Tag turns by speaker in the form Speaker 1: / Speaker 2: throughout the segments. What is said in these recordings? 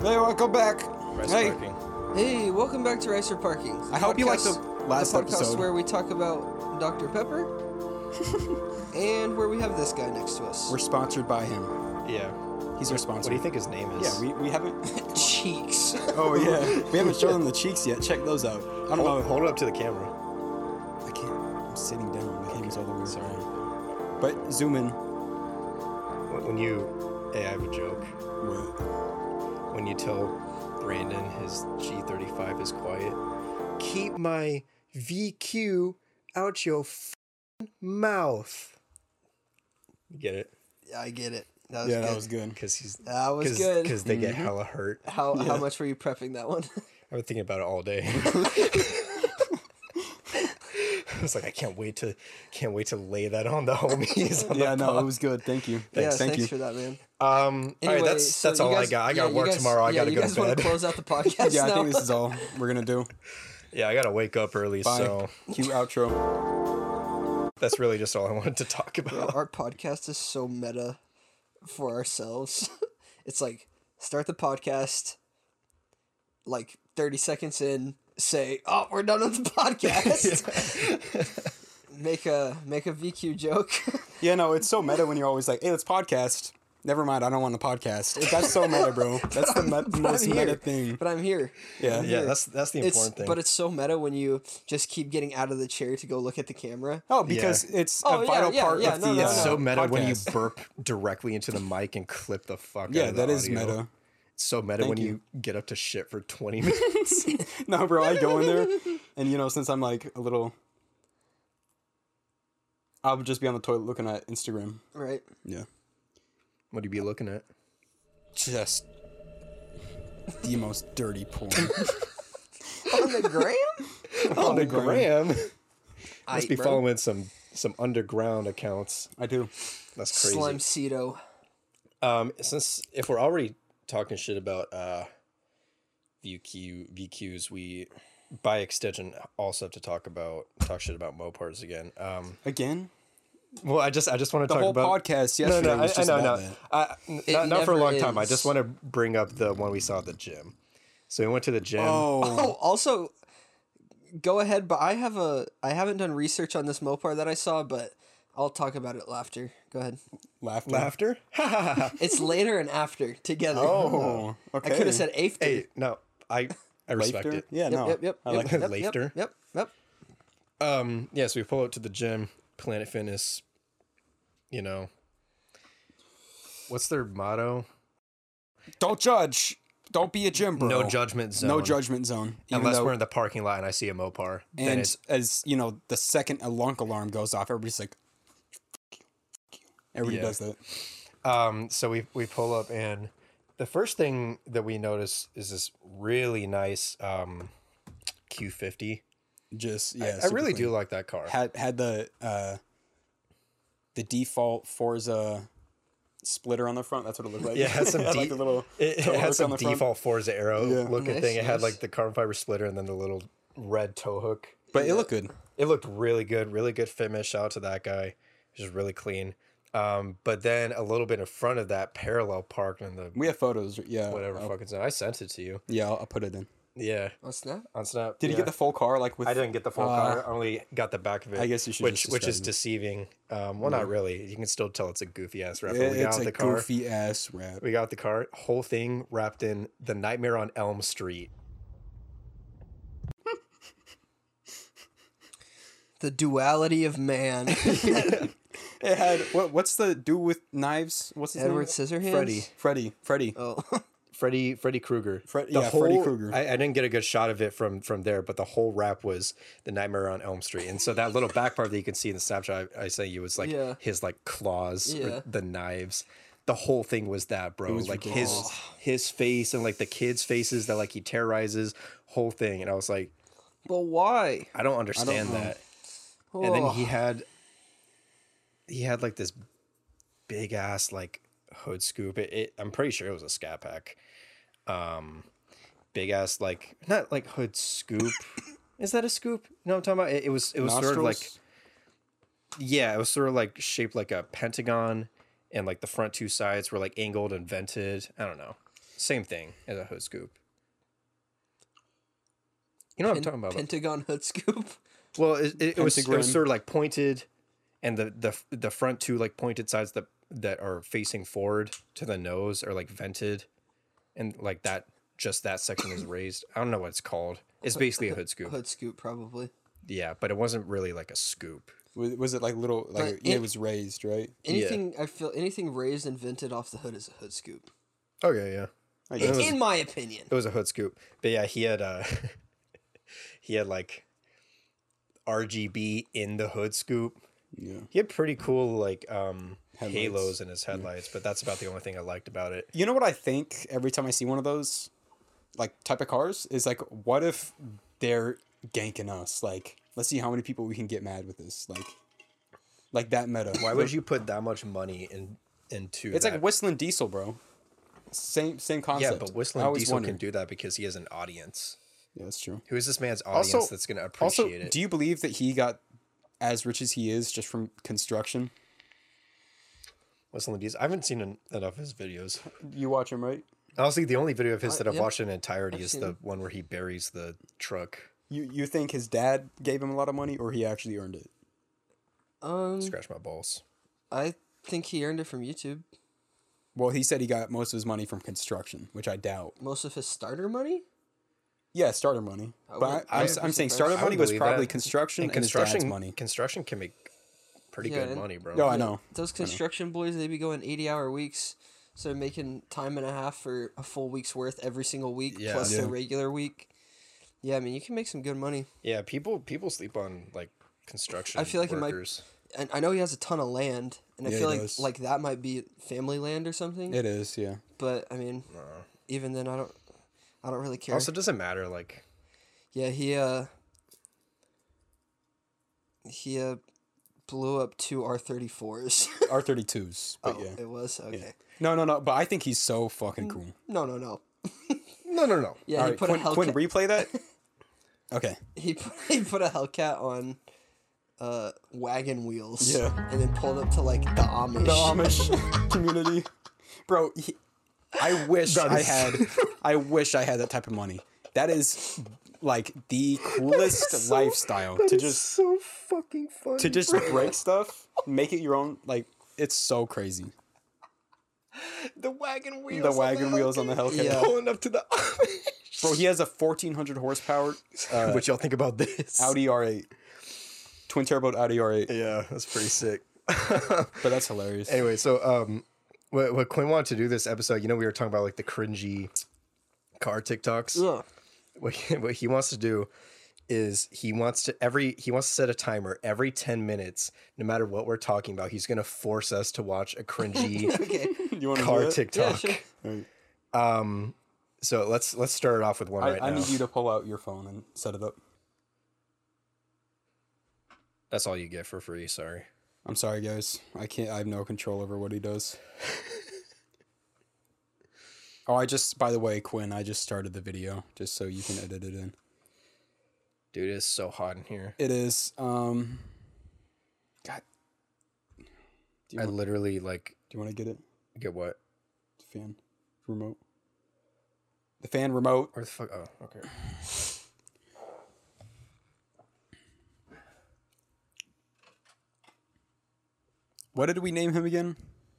Speaker 1: Hey, welcome back.
Speaker 2: Rest
Speaker 1: hey.
Speaker 2: parking.
Speaker 3: Hey, welcome back to Rice for Parking. the
Speaker 1: I hope you liked the last
Speaker 3: the podcast
Speaker 1: episode.
Speaker 3: where we talk about Dr. Pepper and where we have this guy next to us.
Speaker 1: We're sponsored by him.
Speaker 2: Yeah.
Speaker 1: He's our
Speaker 2: What
Speaker 1: sponsor.
Speaker 2: do you think his name is?
Speaker 1: Yeah, we, we haven't.
Speaker 3: cheeks.
Speaker 1: Oh yeah, we haven't shown them the cheeks yet. Check those out. I don't
Speaker 2: hold,
Speaker 1: know.
Speaker 2: hold it up to the camera.
Speaker 1: I can't. I'm sitting down. My camera's all the way Sorry. But zoom in.
Speaker 2: When when you, hey, I have a joke.
Speaker 1: What?
Speaker 2: When you tell Brandon his G35 is quiet, keep my VQ out your f- mouth. You get it?
Speaker 3: I get it. That was
Speaker 1: Yeah,
Speaker 3: good.
Speaker 1: that was good.
Speaker 2: Because he's
Speaker 3: That was
Speaker 2: cause,
Speaker 3: good.
Speaker 2: 'cause they get hella hurt.
Speaker 3: How how much were you prepping that one?
Speaker 2: I've been thinking about it all day. I was like, I can't wait to, can't wait to lay that on the homies. on
Speaker 1: Yeah,
Speaker 2: the
Speaker 1: no, it was good. Thank you. Thanks.
Speaker 3: yeah,
Speaker 1: Thank
Speaker 3: thanks
Speaker 1: you.
Speaker 3: for that, man.
Speaker 2: Um, all right,
Speaker 3: Anyway,
Speaker 2: that's
Speaker 3: so
Speaker 2: that's
Speaker 3: you
Speaker 2: all I
Speaker 3: guys-
Speaker 2: got. I
Speaker 3: yeah,
Speaker 2: got
Speaker 3: you
Speaker 2: work
Speaker 3: guys-
Speaker 2: tomorrow. I
Speaker 3: yeah,
Speaker 2: gotta
Speaker 3: you
Speaker 2: go
Speaker 3: guys
Speaker 2: to
Speaker 3: wanna
Speaker 2: bed.
Speaker 3: close out the podcast
Speaker 1: yeah, I
Speaker 3: now?
Speaker 1: think this is all we're gonna do.
Speaker 2: Yeah, I gotta wake up early.
Speaker 1: Bye.
Speaker 2: So
Speaker 1: Cue outro.
Speaker 2: that's really just all I wanted to talk about.
Speaker 3: our podcast is so meta for ourselves. it's like start the podcast, like thirty seconds in, say, "Oh, we're done with the podcast." make a make a VQ joke.
Speaker 1: Yeah, no, it's so meta when you're always like, "Hey, let's podcast." Never mind, I don't want a podcast. That's so meta, bro. That's the me- most
Speaker 3: I'm
Speaker 1: meta
Speaker 3: here.
Speaker 1: thing.
Speaker 3: But I'm here.
Speaker 1: Yeah,
Speaker 2: Yeah, that's that's the
Speaker 3: It's
Speaker 2: important thing.
Speaker 3: but it's so meta when you just keep getting out of the chair to go look at the camera.
Speaker 1: Oh, because it's
Speaker 3: Oh,
Speaker 1: a
Speaker 3: yeah,
Speaker 1: vital
Speaker 3: yeah,
Speaker 1: part
Speaker 3: yeah,
Speaker 1: of
Speaker 3: no,
Speaker 1: the
Speaker 3: no,
Speaker 1: uh,
Speaker 3: no.
Speaker 2: so meta when you
Speaker 1: podcast.
Speaker 2: burp directly into the mic and clip the fuck. out
Speaker 1: Yeah,
Speaker 2: of the
Speaker 1: that is
Speaker 2: audio.
Speaker 1: meta.
Speaker 2: It's so meta when you. get up to shit for twenty minutes.
Speaker 1: No, bro, I go in there, and you know, since I'm like a little, I'll just be on the toilet looking at Instagram.
Speaker 3: Right.
Speaker 1: Yeah,
Speaker 2: what do you be looking at?
Speaker 1: just the most dirty porn.
Speaker 3: On the gram?
Speaker 2: On the gram. Must
Speaker 3: Aight,
Speaker 2: be
Speaker 3: bro.
Speaker 2: following some some underground accounts.
Speaker 1: I do.
Speaker 2: That's crazy.
Speaker 3: Slimecito.
Speaker 2: Um, since if we're already talking shit about uh VQ VQs, we by extension also have to talk about talk shit about Mopars again. Um,
Speaker 1: Again,
Speaker 2: well, I just I just want to
Speaker 1: the
Speaker 2: talk
Speaker 1: whole
Speaker 2: about
Speaker 1: podcast
Speaker 2: no
Speaker 1: yesterday
Speaker 2: no I,
Speaker 1: was
Speaker 2: I
Speaker 1: just
Speaker 2: know
Speaker 1: about
Speaker 2: no
Speaker 1: that.
Speaker 2: I, n- not, not for a
Speaker 3: never
Speaker 2: long time. I
Speaker 3: is.
Speaker 2: just want to bring up the one we saw at the gym. So we went to the gym.
Speaker 1: Oh,
Speaker 3: Oh, also, go ahead. But I have a I haven't done research on this Mopar that I saw, but I'll talk about it after. Go ahead.
Speaker 1: laughter.
Speaker 2: laughter.
Speaker 3: It's later and after together.
Speaker 1: Oh, okay.
Speaker 3: I could have said after.
Speaker 2: hey, no, I I respect
Speaker 1: Laughter?
Speaker 2: it.
Speaker 1: Yeah,
Speaker 3: Yep,
Speaker 1: no.
Speaker 3: yep, yep.
Speaker 1: I
Speaker 3: yep,
Speaker 1: like
Speaker 3: yep,
Speaker 1: it.
Speaker 3: yep,
Speaker 2: Later.
Speaker 3: Yep, yep.
Speaker 2: Um, yes, we pull up to the gym, Planet Fitness. You know, what's their motto?
Speaker 1: Don't judge. Don't be a gym bro.
Speaker 2: No judgment zone.
Speaker 1: Oh. No judgment zone. even
Speaker 2: Unless
Speaker 1: though-
Speaker 2: we're in the parking lot and I see a Mopar, then
Speaker 1: And
Speaker 2: it's
Speaker 1: as you know, the second alunk alarm goes off, everybody's like, everybody
Speaker 2: Yeah.
Speaker 1: does that.
Speaker 2: um. So we we pull up and the first thing that we notice is this really nice um Q50.
Speaker 1: Just yeah,
Speaker 2: I really do like that car.
Speaker 1: had had the uh, the default Forza splitter on the front. That's what it looked like.
Speaker 2: Yeah, it had some
Speaker 1: It had, like
Speaker 2: de-
Speaker 1: the little
Speaker 2: It, it
Speaker 1: toe
Speaker 2: had
Speaker 1: hook on
Speaker 2: some
Speaker 1: the front.
Speaker 2: default Forza Arrow
Speaker 1: Yeah.
Speaker 2: looking
Speaker 3: Nice,
Speaker 2: thing. It had
Speaker 3: nice.
Speaker 2: like the carbon fiber splitter and then the little red tow hook.
Speaker 1: but it looked good.
Speaker 2: It looked really good, really good finish. Shout out to that guy. Just really clean. Um, but then a little bit in front of that parallel parked in the
Speaker 1: We Oh. have photos. Yeah,
Speaker 2: whatever
Speaker 1: I'll-
Speaker 2: fucking zone. I sent it to you.
Speaker 1: yeah, I'll, I'll put it in.
Speaker 2: Yeah.
Speaker 3: On Snap.
Speaker 2: On Snap.
Speaker 1: Did you
Speaker 2: yeah.
Speaker 1: get the full car? Like with
Speaker 2: I didn't get the full
Speaker 1: Uh,
Speaker 2: car. I only got the back of it.
Speaker 1: I guess you should
Speaker 2: which
Speaker 1: just
Speaker 2: which is
Speaker 1: describe it.
Speaker 2: deceiving. Um, well, not really. You can still tell it's a goofy ass wrapper.
Speaker 1: It-
Speaker 2: we got
Speaker 1: it's
Speaker 2: out
Speaker 1: a
Speaker 2: the car.
Speaker 1: goofy ass rap.
Speaker 2: We got the car. Whole thing wrapped in the Nightmare on Elm Street.
Speaker 3: The duality of man.
Speaker 1: It had what? What's the dude with knives? What's his
Speaker 3: Edward
Speaker 1: name?
Speaker 3: Scissorhands.
Speaker 2: Freddy. Uh,
Speaker 1: Freddy. Freddy.
Speaker 3: Oh,
Speaker 2: Freddy Freddy Krueger.
Speaker 1: Fred-
Speaker 2: The
Speaker 1: yeah, Freddy Krueger.
Speaker 2: I, I didn't get a good shot of it from from there, but the whole rap was the Nightmare on Elm Street, and so that little back part that you can see in the snapshot I, I sent you was like
Speaker 3: Yeah.
Speaker 2: his like claws,
Speaker 3: Yeah.
Speaker 2: or the knives. The whole thing was that, bro.
Speaker 1: was
Speaker 2: like
Speaker 1: ridiculous.
Speaker 2: his his face and like the kids' faces that like he terrorizes, whole thing. And I was like,
Speaker 3: but why?
Speaker 2: I don't understand
Speaker 1: know.
Speaker 2: that. And then
Speaker 3: Oh.
Speaker 2: he had he had like this big ass like hood scoop. It, it I'm pretty sure it was a scat pack. Um big ass like not like hood scoop. Is that a scoop? No, I'm talking about it, it was it was sort of like
Speaker 1: Nostrils?
Speaker 2: yeah, it was sort of like shaped like a pentagon and like the front two sides were like angled and vented. I don't know. Same thing as a hood scoop. You know what I'm talking about?
Speaker 3: Oh, Pentagon hood scoop.
Speaker 2: well, it, it, it was it
Speaker 1: Pentagram.
Speaker 2: was sort of like pointed, and the the f- the front two like pointed sides that that are facing forward to the nose are like vented, and like that just that section is raised. I don't know what it's called. It's basically a hood scoop.
Speaker 3: Hood scoop probably.
Speaker 2: Yeah, but it wasn't really like a scoop.
Speaker 1: Was, was it like little like
Speaker 3: But
Speaker 1: yeah,
Speaker 3: it-
Speaker 1: it was raised, right?
Speaker 3: Anything I feel anything raised and vented off the hood is a hood scoop.
Speaker 2: Okay, Oh, yeah.
Speaker 1: I
Speaker 3: In,
Speaker 1: guess.
Speaker 3: in my opinion.
Speaker 2: It was a hood scoop. But yeah, he had uh he had like RGB in the hood scoop.
Speaker 1: yeah.
Speaker 2: He had pretty cool like um
Speaker 1: Headlights.
Speaker 2: halos in his headlights, but that's about the only thing I liked about it.
Speaker 1: You know what I think every time I see one of those like type of cars is like what if they're ganking us? Like let's see how many people we can get mad with this. Like like that meta.
Speaker 2: Why would you put that much money in into
Speaker 1: It's like
Speaker 2: that?
Speaker 1: whistling diesel, bro. Same same
Speaker 2: yeah,
Speaker 1: concept.
Speaker 2: but
Speaker 1: I
Speaker 2: Whistling
Speaker 1: always
Speaker 2: Diesel
Speaker 1: wondered.
Speaker 2: can do that because he has an audience.
Speaker 1: Yeah, that's true.
Speaker 2: Who is this man's audience
Speaker 1: Also-
Speaker 2: that's gonna appreciate
Speaker 1: Also,
Speaker 2: it?
Speaker 1: do you believe that he got as rich as he is just from construction?
Speaker 2: Whistling Diesel. I haven't seen en- enough of his videos.
Speaker 1: You watch him, right?
Speaker 2: Honestly, the only video of his
Speaker 3: Uh,
Speaker 2: that I've
Speaker 3: yeah.
Speaker 2: watched in entirety
Speaker 3: I've
Speaker 2: is
Speaker 3: seen
Speaker 2: the
Speaker 3: him.
Speaker 2: one where he buries the truck.
Speaker 1: You you think his dad gave him a lot of money or he actually earned it? Mm.
Speaker 3: Um
Speaker 2: Scratch my balls.
Speaker 3: I think he earned it from YouTube.
Speaker 1: Well, he said he got most of his money from construction, which I doubt.
Speaker 3: Most of his starter money?
Speaker 1: Yeah, starter money.
Speaker 3: I
Speaker 1: but
Speaker 3: wouldn't-
Speaker 1: I,
Speaker 3: I
Speaker 1: am
Speaker 3: wouldn't be
Speaker 1: saying
Speaker 3: surprised.
Speaker 1: starter
Speaker 2: I
Speaker 1: money
Speaker 2: would
Speaker 1: was
Speaker 2: believe
Speaker 1: probably
Speaker 2: that.
Speaker 1: construction and,
Speaker 2: and construction
Speaker 1: his dad's money.
Speaker 2: construction can make pretty
Speaker 3: Yeah,
Speaker 2: good
Speaker 3: and-
Speaker 2: money, bro.
Speaker 1: No, I know.
Speaker 3: Those construction boys, they be going 80 hour weeks. So they're making time and a half for a full week's worth every single week
Speaker 2: Yeah.
Speaker 3: plus their
Speaker 1: Yeah.
Speaker 3: regular week. Yeah, I mean, you can make some good money.
Speaker 2: yeah, people people sleep on like construction.
Speaker 3: I feel like it might-
Speaker 2: workers.
Speaker 3: And I know he has a ton of land, and I
Speaker 1: Yeah, he
Speaker 3: feel like
Speaker 1: does.
Speaker 3: like that might be family land or something.
Speaker 1: It is, yeah.
Speaker 3: but I mean, even then, I don't, I don't really care.
Speaker 2: Also, doesn't matter. Like,
Speaker 3: yeah, he uh, he uh, blew up two R thirty fours.
Speaker 1: R thirty twos. But
Speaker 3: Oh,
Speaker 1: yeah.
Speaker 3: it was okay.
Speaker 1: No, no, no. But I think he's so fucking cool.
Speaker 3: No, no, no.
Speaker 2: no, no, no.
Speaker 3: Yeah,
Speaker 1: All
Speaker 3: he
Speaker 1: right,
Speaker 3: put
Speaker 1: Quinn,
Speaker 3: a Hellcat.
Speaker 1: Quinn, replay that. Okay.
Speaker 3: he put he put a Hellcat on. Uh, wagon wheels.
Speaker 1: Yeah.
Speaker 3: And then pulled up to like the Amish.
Speaker 1: The Amish community, bro. He, I wish I had. I wish I had that type of money. That is like the coolest lifestyle to just
Speaker 2: so fucking funny.
Speaker 1: to just break stuff, make it your own. Like it's so crazy.
Speaker 2: the wagon wheels.
Speaker 1: The wagon wheels on the Hellcat.
Speaker 3: Yeah.
Speaker 2: pulling up to the.
Speaker 1: Bro, he has a 1400 horsepower uh,
Speaker 2: what y'all think about this?
Speaker 1: Audi R8, twin turbo Audi R8.
Speaker 2: Yeah, that's pretty sick.
Speaker 1: But that's hilarious.
Speaker 2: anyway, so um, what what Quinn wanted to do this episode, you know, we were talking about like the cringy car TikToks.
Speaker 3: Ugh.
Speaker 2: what he, what he wants to do is he wants to every he wants to set a timer every 10 minutes no matter what we're talking about he's going to force us to watch a cringy
Speaker 3: Okay.
Speaker 1: you want to
Speaker 2: car
Speaker 1: do it?
Speaker 3: Yeah,
Speaker 2: tiktok
Speaker 3: sure.
Speaker 2: um so let's let's start it off with one
Speaker 1: I,
Speaker 2: right
Speaker 1: I
Speaker 2: now
Speaker 1: need you to pull out your phone and set it up.
Speaker 2: that's all you get for free sorry
Speaker 1: I'm sorry, guys. I can't. I have no control over what he does. oh, I just. By the way, Quinn, I just started the video just so you can edit it in.
Speaker 2: dude it's so hot in here
Speaker 1: It is. Um. God. Do you,
Speaker 2: i
Speaker 1: want,
Speaker 2: literally like
Speaker 1: do you want to get it?
Speaker 2: get what
Speaker 1: fan remote. The fan remote.
Speaker 2: where the fuck oh okay
Speaker 1: What did we name him again?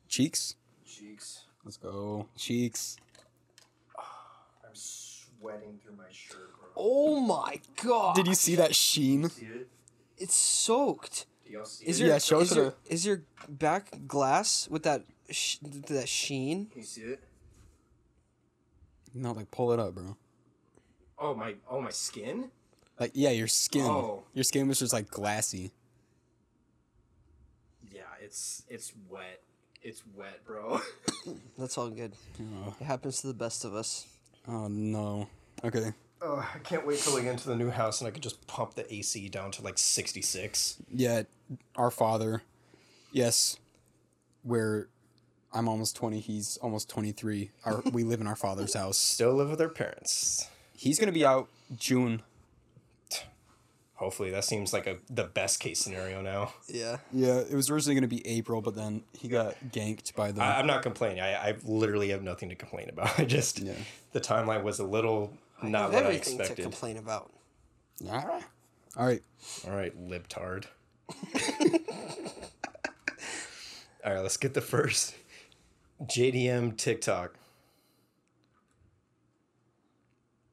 Speaker 1: Cheeks.
Speaker 2: cheeks
Speaker 1: Let's go. Cheeks.
Speaker 2: i'm sweating through my shirt bro
Speaker 3: Oh my god.
Speaker 1: Did you see that sheen?
Speaker 3: It's soaked.
Speaker 2: do y'all see
Speaker 3: Is
Speaker 1: Yeah,
Speaker 3: your
Speaker 1: show us
Speaker 3: is your,
Speaker 1: the-
Speaker 3: is your back glass with that sh- that sheen?
Speaker 2: you see it
Speaker 1: No, like pull it up, bro.
Speaker 2: oh my oh my skin
Speaker 1: Like yeah, your skin.
Speaker 2: Oh.
Speaker 1: Your skin was just like glassy.
Speaker 2: yeah it's it's wet it's wet bro
Speaker 3: That's all good. It happens to the best of us.
Speaker 1: Oh no. Okay.
Speaker 2: Oh, I can't wait till we get into the new house and I can just pump the AC down to like 66.
Speaker 1: Yeah, our father. Yes, where I'm almost 20. He's almost 23. Our we live in our father's house.
Speaker 2: Still live with their parents.
Speaker 1: He's gonna be out June.
Speaker 2: Hopefully, that seems like a the best case scenario now.
Speaker 3: Yeah.
Speaker 1: Yeah, it was originally going to be April, but then he got ganked by the.
Speaker 2: I, I'm not complaining. I, I literally have nothing to complain about. I just
Speaker 1: Yeah.
Speaker 2: the timeline was a little
Speaker 3: Have
Speaker 2: not what I
Speaker 3: everything to
Speaker 2: expected.
Speaker 3: complain about.
Speaker 1: Ah. All right.
Speaker 2: All right, libtard. All right, let's get the first JDM TikTok.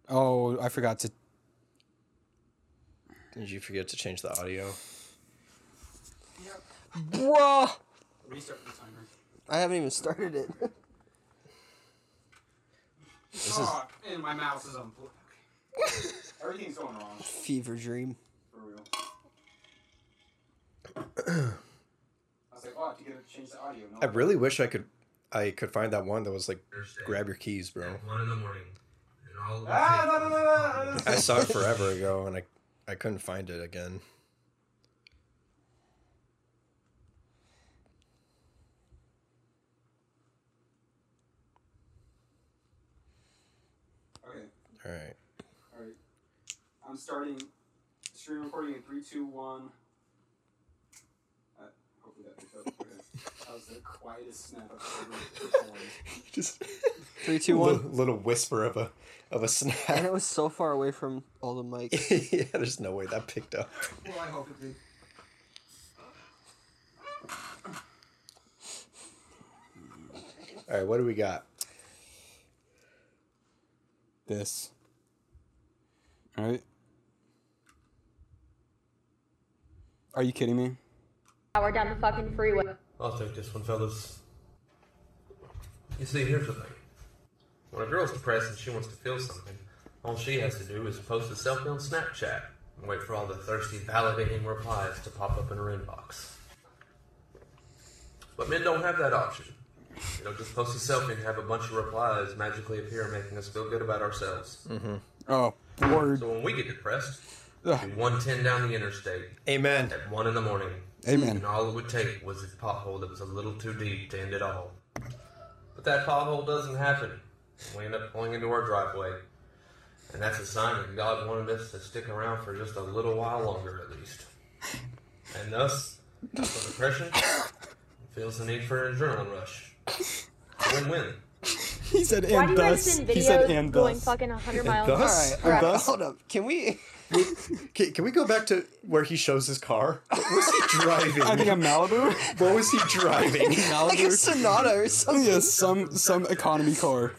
Speaker 1: Oh, I forgot to.
Speaker 2: Did you forget to change the audio?
Speaker 3: Bruh!
Speaker 1: Restart the timer.
Speaker 3: I haven't even started it.
Speaker 2: This is
Speaker 1: and my mouse is on. Everything's going wrong
Speaker 3: Fever dream.
Speaker 1: for real. I was like, oh, I have to get it to change the audio.
Speaker 2: I really wish I could I could find that one that was like
Speaker 4: Thursday
Speaker 2: grab your keys, bro.
Speaker 4: at one in the morning, and all of us
Speaker 1: Ah, no, no, no, no,
Speaker 2: I saw it forever ago and I I couldn't find it again.
Speaker 1: Okay,
Speaker 2: All right.
Speaker 1: all right. I'm starting screen recording in three, two, one. Uh, hopefully that picked up. Okay. That was the quietest snap I've ever performed.
Speaker 2: Just
Speaker 3: Three,
Speaker 2: a
Speaker 3: two,
Speaker 2: little,
Speaker 3: one.
Speaker 2: little whisper of a of a
Speaker 3: And
Speaker 2: snap.
Speaker 3: it was so far away from all the mics.
Speaker 2: yeah, there's no way that picked up.
Speaker 1: Well, I hope it did.
Speaker 2: All right, what do we got?
Speaker 1: This. All right. Are you kidding me?
Speaker 5: hour down the fucking freeway.
Speaker 4: I'll take this one, fellas. You see, here's the thing. When a girl's depressed and she wants to feel something, all she has to do is post a selfie on Snapchat and wait for all the thirsty, validating replies to pop up in her inbox. But men don't have that option. You know, just post a selfie and have a bunch of replies magically appear, making us feel good about ourselves.
Speaker 1: Oh, word.
Speaker 4: So when we get depressed,
Speaker 1: Ugh,
Speaker 4: we 110 down the interstate
Speaker 2: Amen.
Speaker 4: at 1 in the morning.
Speaker 1: amen.
Speaker 4: And all it would take was a pothole that was a little too deep to end it all. But that pothole doesn't happen. We end up pulling into our driveway. And that's a sign that God wanted us to stick around for just a little while longer at least. And thus, for depression, feels the need for an adrenaline rush. Win win.
Speaker 1: He said
Speaker 5: Why do
Speaker 1: and
Speaker 5: you guys
Speaker 1: thus.
Speaker 5: send
Speaker 1: He said
Speaker 5: videos
Speaker 1: and
Speaker 5: going
Speaker 1: thus.
Speaker 5: fucking 100 miles an
Speaker 2: thus?
Speaker 5: hour? Crap.
Speaker 1: thus?
Speaker 3: Hold up. Can we.
Speaker 2: Can, can we go back to where he shows his car? What was he driving?
Speaker 1: I think I'm Malibu.
Speaker 2: what was he driving?
Speaker 3: Like a Sonata or something.
Speaker 1: yeah, some some economy car.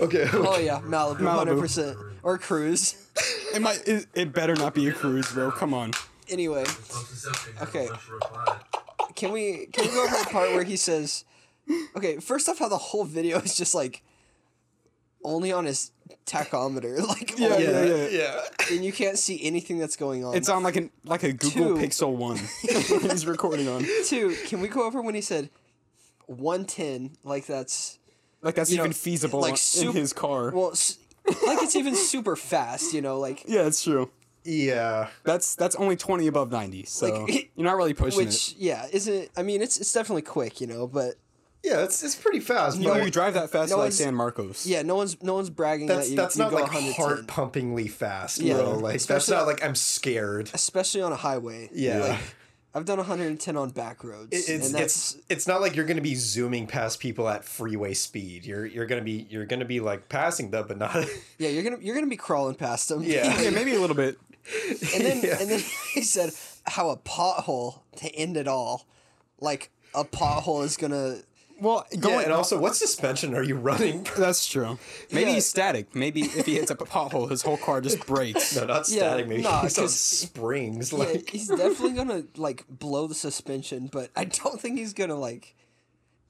Speaker 2: Okay.
Speaker 3: Oh, yeah. Malibu,
Speaker 1: Malibu.
Speaker 3: 100%. Or Cruise.
Speaker 1: It might. It, it better not be a cruise, bro. Come on.
Speaker 3: Anyway, Okay. can we can we go over the part where he says okay first off how the whole video is just like only on his tachometer like
Speaker 1: Yeah,
Speaker 3: only-
Speaker 1: yeah, yeah.
Speaker 2: yeah.
Speaker 3: and you can't see anything that's going on
Speaker 1: It's on like an like a
Speaker 3: Two.
Speaker 1: Google Pixel One. He's recording on.
Speaker 3: two can we go over when he said 110 like that's
Speaker 1: Like that's
Speaker 3: You know,
Speaker 1: even feasible
Speaker 3: like
Speaker 1: on-
Speaker 3: sup-
Speaker 1: in his car.
Speaker 3: well s- like it's even super fast you know like
Speaker 1: yeah, it's true.
Speaker 2: Yeah.
Speaker 1: That's that's only twenty above ninety, so
Speaker 3: Like,
Speaker 1: you're not really pushing
Speaker 3: which
Speaker 1: it.
Speaker 3: yeah isn't i mean it's it's definitely quick you know but
Speaker 2: Yeah, it's, it's pretty fast,
Speaker 1: You, know, you
Speaker 2: but
Speaker 1: drive that fast
Speaker 3: No,
Speaker 1: like
Speaker 3: it's-
Speaker 1: San Marcos.
Speaker 3: yeah no one's no one's bragging
Speaker 2: that's
Speaker 3: that you,
Speaker 2: that's
Speaker 3: you
Speaker 2: not
Speaker 3: go
Speaker 2: like
Speaker 3: 110
Speaker 2: heart pumpingly fast,
Speaker 3: Yeah.
Speaker 2: bro. Like that's
Speaker 3: Especially-
Speaker 2: not like I'm scared.
Speaker 3: especially on a highway
Speaker 2: Yeah.
Speaker 3: like, I've done 110 on back roads.
Speaker 2: It- it's
Speaker 3: and that's
Speaker 2: it's it's not like you're gonna be zooming past people at freeway speed. You're you're gonna be you're gonna be like passing them, but not.
Speaker 3: yeah, you're gonna you're gonna be crawling past them.
Speaker 2: Yeah.
Speaker 1: Yeah, maybe a little bit.
Speaker 3: and then
Speaker 2: Yeah.
Speaker 3: and then he said how a pothole to end it all, like a pothole is gonna
Speaker 1: Well,
Speaker 2: yeah,
Speaker 1: going.
Speaker 2: and also, what suspension are you running?
Speaker 1: that's true. Maybe
Speaker 3: Yeah.
Speaker 1: he's static. Maybe if he hits a pothole, his whole car just breaks.
Speaker 2: No, not
Speaker 3: Yeah,
Speaker 2: static. Maybe
Speaker 3: nah,
Speaker 2: he's on
Speaker 3: 'cause-
Speaker 2: springs.
Speaker 3: yeah,
Speaker 2: Like
Speaker 3: he's definitely gonna like blow the suspension, but I don't think he's gonna like,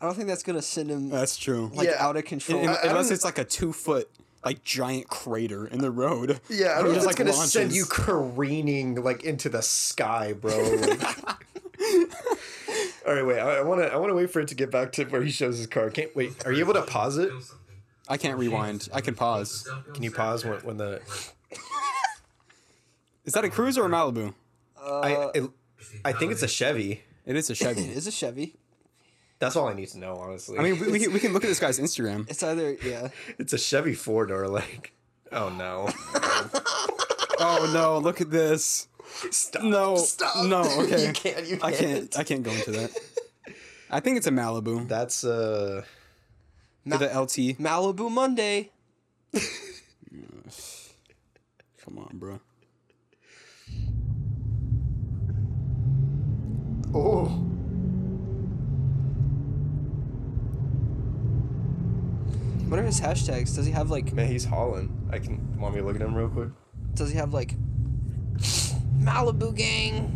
Speaker 3: I don't think that's gonna send him
Speaker 1: That's true.
Speaker 3: like
Speaker 2: Yeah.
Speaker 3: out of control.
Speaker 1: Un-
Speaker 2: I- I
Speaker 1: unless
Speaker 2: don't-
Speaker 1: it's like a two foot like giant crater in the road.
Speaker 2: Yeah, I don't know
Speaker 1: Just,
Speaker 2: if it's
Speaker 1: like,
Speaker 2: gonna send
Speaker 1: launches.
Speaker 2: you careening like into the sky, bro. Like- All right, wait. I want to. I want to wait for it to get back to where he shows his car. Can't wait. Are you able to pause it?
Speaker 1: I can't rewind. I can pause.
Speaker 2: Can you pause when, when the?
Speaker 1: Is that a cruise or a Malibu?
Speaker 2: I it, I think it's a Chevy.
Speaker 1: It is a
Speaker 3: It
Speaker 1: Chevy.
Speaker 3: is a Chevy.
Speaker 2: That's all I need to know, honestly.
Speaker 1: I mean, we, we, can- we can look at this guy's Instagram.
Speaker 3: It's either yeah.
Speaker 2: it's a Chevy four door. Like, oh no.
Speaker 1: Oh no, look at this.
Speaker 2: Stop.
Speaker 1: No,
Speaker 3: Stop.
Speaker 1: no, okay.
Speaker 3: you can't. You can't.
Speaker 1: I can't. I can't go into that. I think it's a Malibu.
Speaker 2: That's uh
Speaker 1: Or the LT.
Speaker 3: Malibu Monday.
Speaker 1: Come on, bro.
Speaker 3: Oh. What are his hashtags? Does he have like?
Speaker 2: man, he's hauling. I can want me to look at him real quick.
Speaker 3: Does he have like? Malibu gang.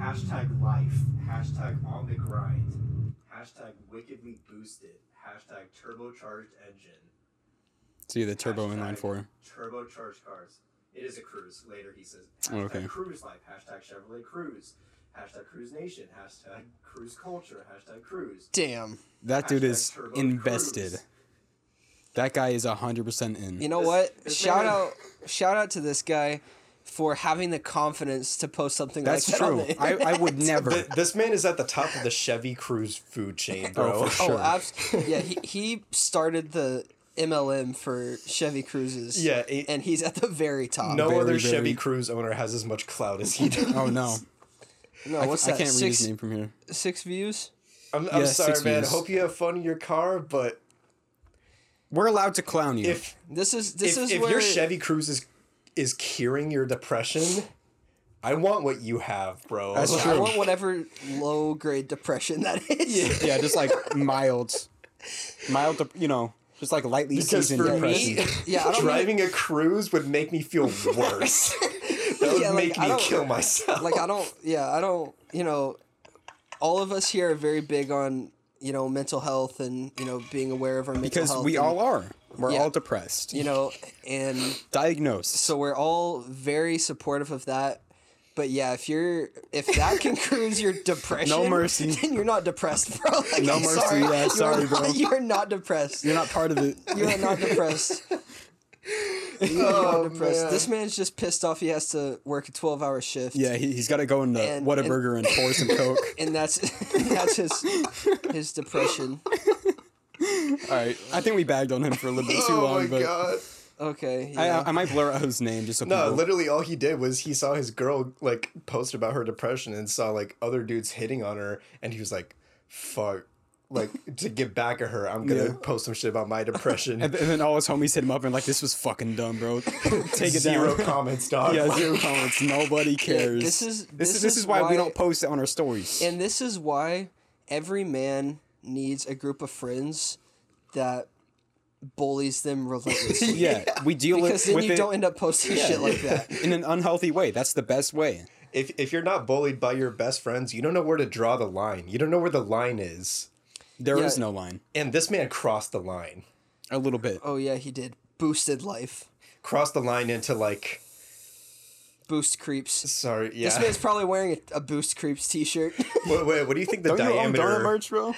Speaker 6: Hashtag life. Hashtag on the grind. Hashtag wickedly boosted. Hashtag turbocharged engine.
Speaker 1: See the turbo inline
Speaker 6: Hashtag
Speaker 1: four.
Speaker 6: Turbocharged cars. It is a cruise. Later he says.
Speaker 1: Oh,
Speaker 6: Hashtag
Speaker 1: okay.
Speaker 6: cruise life. Hashtag Chevrolet cruise. Hashtag cruise nation. Hashtag cruise culture. Hashtag cruise.
Speaker 3: Damn.
Speaker 1: That dude
Speaker 6: Hashtag
Speaker 1: is
Speaker 6: turbo
Speaker 1: invested.
Speaker 6: cruise.
Speaker 1: That guy is hundred percent in.
Speaker 3: You know
Speaker 6: This-
Speaker 3: what?
Speaker 6: this
Speaker 3: shout
Speaker 6: man-
Speaker 3: out, shout out to this guy for having the confidence to post something
Speaker 1: That's
Speaker 3: like that. on
Speaker 1: true.
Speaker 3: the
Speaker 1: I, I would
Speaker 3: internet.
Speaker 1: never.
Speaker 2: Th- this man is at the top of the Chevy Cruise food chain, bro.
Speaker 1: Oh, for sure.
Speaker 3: Oh, abs- yeah. He, he started the MLM for Chevy Cruises.
Speaker 2: Yeah, it-
Speaker 3: and he's at the very top.
Speaker 2: No
Speaker 1: Very,
Speaker 2: other
Speaker 1: very-
Speaker 2: Chevy Cruise owner has as much clout as he does.
Speaker 1: Oh no,
Speaker 3: no.
Speaker 1: I,
Speaker 3: What's
Speaker 1: I
Speaker 3: that?
Speaker 1: can't read
Speaker 3: six
Speaker 1: his name from here.
Speaker 3: six views.
Speaker 2: I'm, I'm
Speaker 1: Yeah,
Speaker 2: sorry,
Speaker 1: six
Speaker 2: man.
Speaker 1: views.
Speaker 2: Hope you have fun in your car, but
Speaker 1: We're allowed to clown you.
Speaker 2: if
Speaker 3: This is this
Speaker 2: if,
Speaker 3: is
Speaker 2: if
Speaker 3: where
Speaker 2: your Chevy Cruise is is curing your depression, I want what you have, bro.
Speaker 1: That's
Speaker 2: Like,
Speaker 1: true.
Speaker 3: I want whatever low grade depression that is.
Speaker 1: yeah, just like mild, mild. dep- You know, just like lightly
Speaker 2: Because
Speaker 1: seasoned
Speaker 2: for
Speaker 1: depression.
Speaker 2: me,
Speaker 3: Yeah, I don't mean-
Speaker 2: driving a cruise would make me feel worse. that would
Speaker 3: Yeah, like,
Speaker 2: make
Speaker 3: I
Speaker 2: me
Speaker 3: don't-
Speaker 2: kill myself.
Speaker 3: Like I don't. Yeah, I don't. You know, all of us here are very big on you know mental health and you know being aware of our mental
Speaker 1: because
Speaker 3: health.
Speaker 1: we
Speaker 3: and,
Speaker 1: all are. We're
Speaker 3: Yeah.
Speaker 1: all depressed.
Speaker 3: you know, and
Speaker 1: Diagnosed.
Speaker 3: so we're all very supportive of that. But yeah, if you're if that concludes your depression,
Speaker 1: No mercy.
Speaker 3: then you're not depressed, bro. Like,
Speaker 1: No
Speaker 3: I'm
Speaker 1: mercy,
Speaker 3: Sorry.
Speaker 1: yeah,
Speaker 3: You're
Speaker 1: sorry,
Speaker 3: not-
Speaker 1: bro.
Speaker 3: You're not depressed.
Speaker 1: You're not part of it.
Speaker 3: You're not depressed. Oh, You're not depressed. This man's just pissed off. He has to work a twelve-hour shift.
Speaker 1: yeah, he, he's got to go into
Speaker 3: And-
Speaker 1: Whataburger and, pour some coke.
Speaker 3: and that's that's his his depression.
Speaker 1: All right, Oh I think we bagged on him for a little bit too
Speaker 3: oh
Speaker 1: long, but
Speaker 3: Okay.
Speaker 1: I,
Speaker 3: Yeah.
Speaker 1: I might blur out his name just so
Speaker 2: No,
Speaker 1: people-
Speaker 2: literally all he did was he saw his girl like post about her depression and saw like other dudes hitting on her and he was like, fuck. Like to get back at her, I'm gonna
Speaker 1: Yeah.
Speaker 2: post some shit about my depression.
Speaker 1: And then all his homies hit him up and like, this was fucking dumb, bro. Take it
Speaker 2: Zero
Speaker 1: down.
Speaker 2: comments, dog.
Speaker 1: yeah, zero comments. Nobody cares.
Speaker 3: this is-
Speaker 1: this,
Speaker 3: this
Speaker 1: is this
Speaker 3: is
Speaker 1: is why,
Speaker 3: why-
Speaker 1: we don't post it on our stories.
Speaker 3: and this is why every man needs a group of friends that bullies them relentlessly.
Speaker 1: yeah, we deal
Speaker 3: Because
Speaker 1: with,
Speaker 3: then you
Speaker 1: it
Speaker 3: don't end up posting shit like that.
Speaker 1: in an unhealthy way. That's the best way.
Speaker 2: If if you're not bullied by your best friends, you don't know where to draw the line. You don't know where the line is.
Speaker 1: There is
Speaker 3: Yeah.
Speaker 1: no line.
Speaker 2: And this man crossed the line.
Speaker 1: A little bit.
Speaker 3: Oh yeah, he did. Boosted life.
Speaker 2: Crossed the line into like
Speaker 3: Boost creeps.
Speaker 2: sorry, yeah.
Speaker 3: This man's probably wearing a, a Boost Creeps t-shirt.
Speaker 2: Wait, wait, what do you think the
Speaker 1: Don't you own
Speaker 2: diameter?
Speaker 1: Dora merch, bro?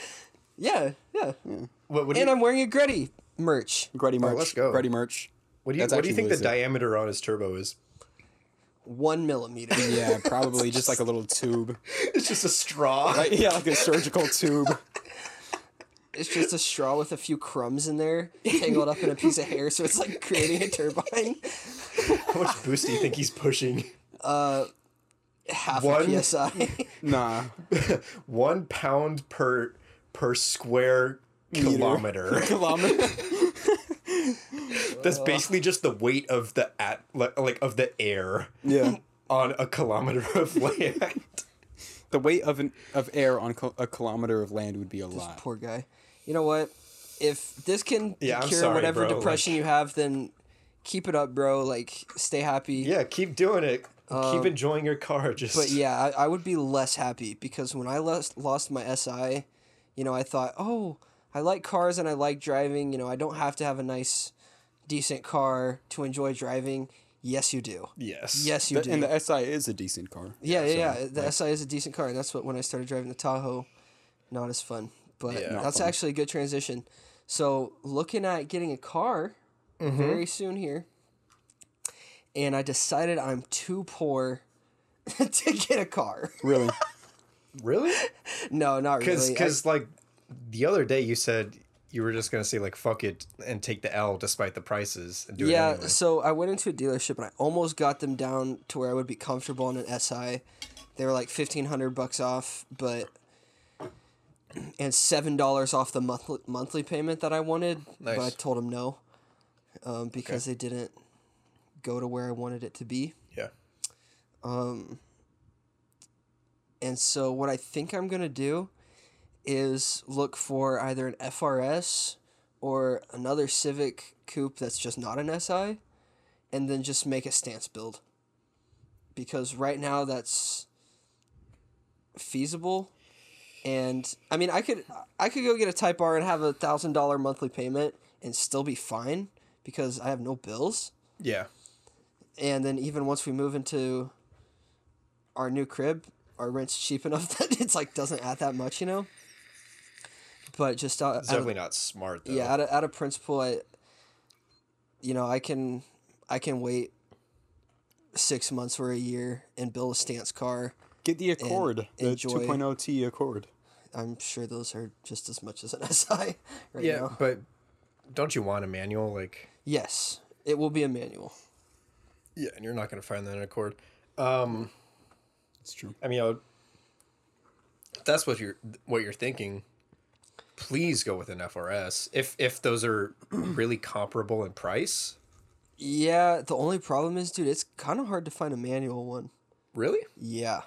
Speaker 3: yeah, yeah.
Speaker 2: What, what do you,
Speaker 3: And I'm wearing a Gretty merch.
Speaker 1: Gretty merch.
Speaker 2: Oh, let's go.
Speaker 1: Gretty merch.
Speaker 2: what do you,
Speaker 1: that's
Speaker 2: what do you think
Speaker 1: actually
Speaker 2: the
Speaker 1: what
Speaker 2: diameter on his turbo is?
Speaker 3: One millimeter.
Speaker 1: Yeah, probably just like a little tube.
Speaker 2: It's just a straw.
Speaker 1: Like, yeah, like a surgical tube.
Speaker 3: It's just a straw with a few crumbs in there, tangled up in a piece of hair, so it's like creating a turbine.
Speaker 2: How much boost do you think he's pushing?
Speaker 3: Half
Speaker 2: One-
Speaker 3: a psi.
Speaker 1: Nah.
Speaker 2: One pound per per square kilometer.
Speaker 1: Kilometer.
Speaker 2: That's basically just the weight of the at like like, of the air
Speaker 1: Yeah.
Speaker 2: on a kilometer of land.
Speaker 1: The weight of an of air on kil- a kilometer of land would be a lot.
Speaker 3: Poor guy. You know what? If this can
Speaker 2: Yeah, I'm
Speaker 3: cure
Speaker 2: sorry,
Speaker 3: whatever
Speaker 2: bro,
Speaker 3: depression
Speaker 2: like-
Speaker 3: you have, then keep it up, bro. Like, stay happy.
Speaker 2: yeah, keep doing it. keep enjoying your car. Just
Speaker 3: But yeah, I, I would be less happy because when I lost, lost my SI, you know, I thought, oh, I like cars and I like driving. You know, I don't have to have a nice, decent car to enjoy driving. Yes, you do.
Speaker 2: yes,
Speaker 3: Yes, you
Speaker 1: The-
Speaker 3: do.
Speaker 1: and the SI is a decent car.
Speaker 3: yeah, yeah, yeah. The SI is a decent car, and that's what when I started driving the Tahoe, not as fun. But
Speaker 2: Yeah.
Speaker 3: that's actually a good transition. So looking at getting a car very soon here, and I decided I'm too poor to get a car.
Speaker 1: Really?
Speaker 2: Really?
Speaker 3: No, not
Speaker 2: Because
Speaker 3: really. I-
Speaker 2: like the other day you said you were just gonna say like fuck it and take the L despite the prices and do
Speaker 3: yeah,
Speaker 2: it anyway.
Speaker 3: so I went into a dealership and I almost got them down to where I would be comfortable on an SI. They were like fifteen hundred bucks off, but and seven dollars off the monthly monthly payment that I wanted. But I
Speaker 2: Nice.
Speaker 3: told them no, um, because they didn't go to where I wanted it to be.
Speaker 2: Yeah.
Speaker 3: And so what I think I'm gonna do is look for either an FRS or another Civic coupe that's just not an SI, and then just make a stance build. Because right now that's feasible, and I mean I could I could go get a Type R and have a thousand dollar monthly payment and still be fine because I have no bills
Speaker 2: Yeah.
Speaker 3: and then even once we move into our new crib, our rent's cheap enough that it's like doesn't add that much, you know. But just out,
Speaker 2: It's
Speaker 3: out of,
Speaker 2: definitely not smart though.
Speaker 3: yeah, out of, out of principle, I, you know, I can, I can wait six months or a year and build a stance car.
Speaker 1: Get the Accord, the
Speaker 3: enjoy-
Speaker 1: 2.0 T Accord.
Speaker 3: I'm sure those are just as much as an SI right
Speaker 2: yeah,
Speaker 3: now.
Speaker 2: but don't you want a manual? Like
Speaker 3: Yes, it will be a manual.
Speaker 2: yeah, and you're not gonna find that in Accord. Um
Speaker 1: It's true.
Speaker 2: I mean, I would, if that's what you're what you're thinking. Please go with an FRS if if those are really comparable in price.
Speaker 3: Yeah, the only problem is, dude, it's kind of hard to find a manual one.
Speaker 2: Really?
Speaker 3: Yeah.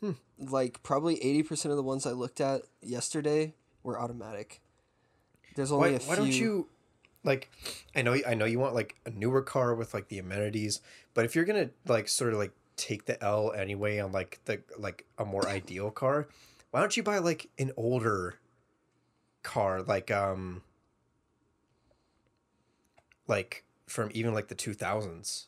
Speaker 3: Hmm. Like probably 80% of the ones I looked at yesterday were automatic. There's only
Speaker 2: Why,
Speaker 3: a few.
Speaker 2: why don't you like? I know I know you want like a newer car with like the amenities, but if you're gonna like sort of like take the L anyway on like the like a more ideal car, why don't you buy like an older car like um like from even like the two thousands,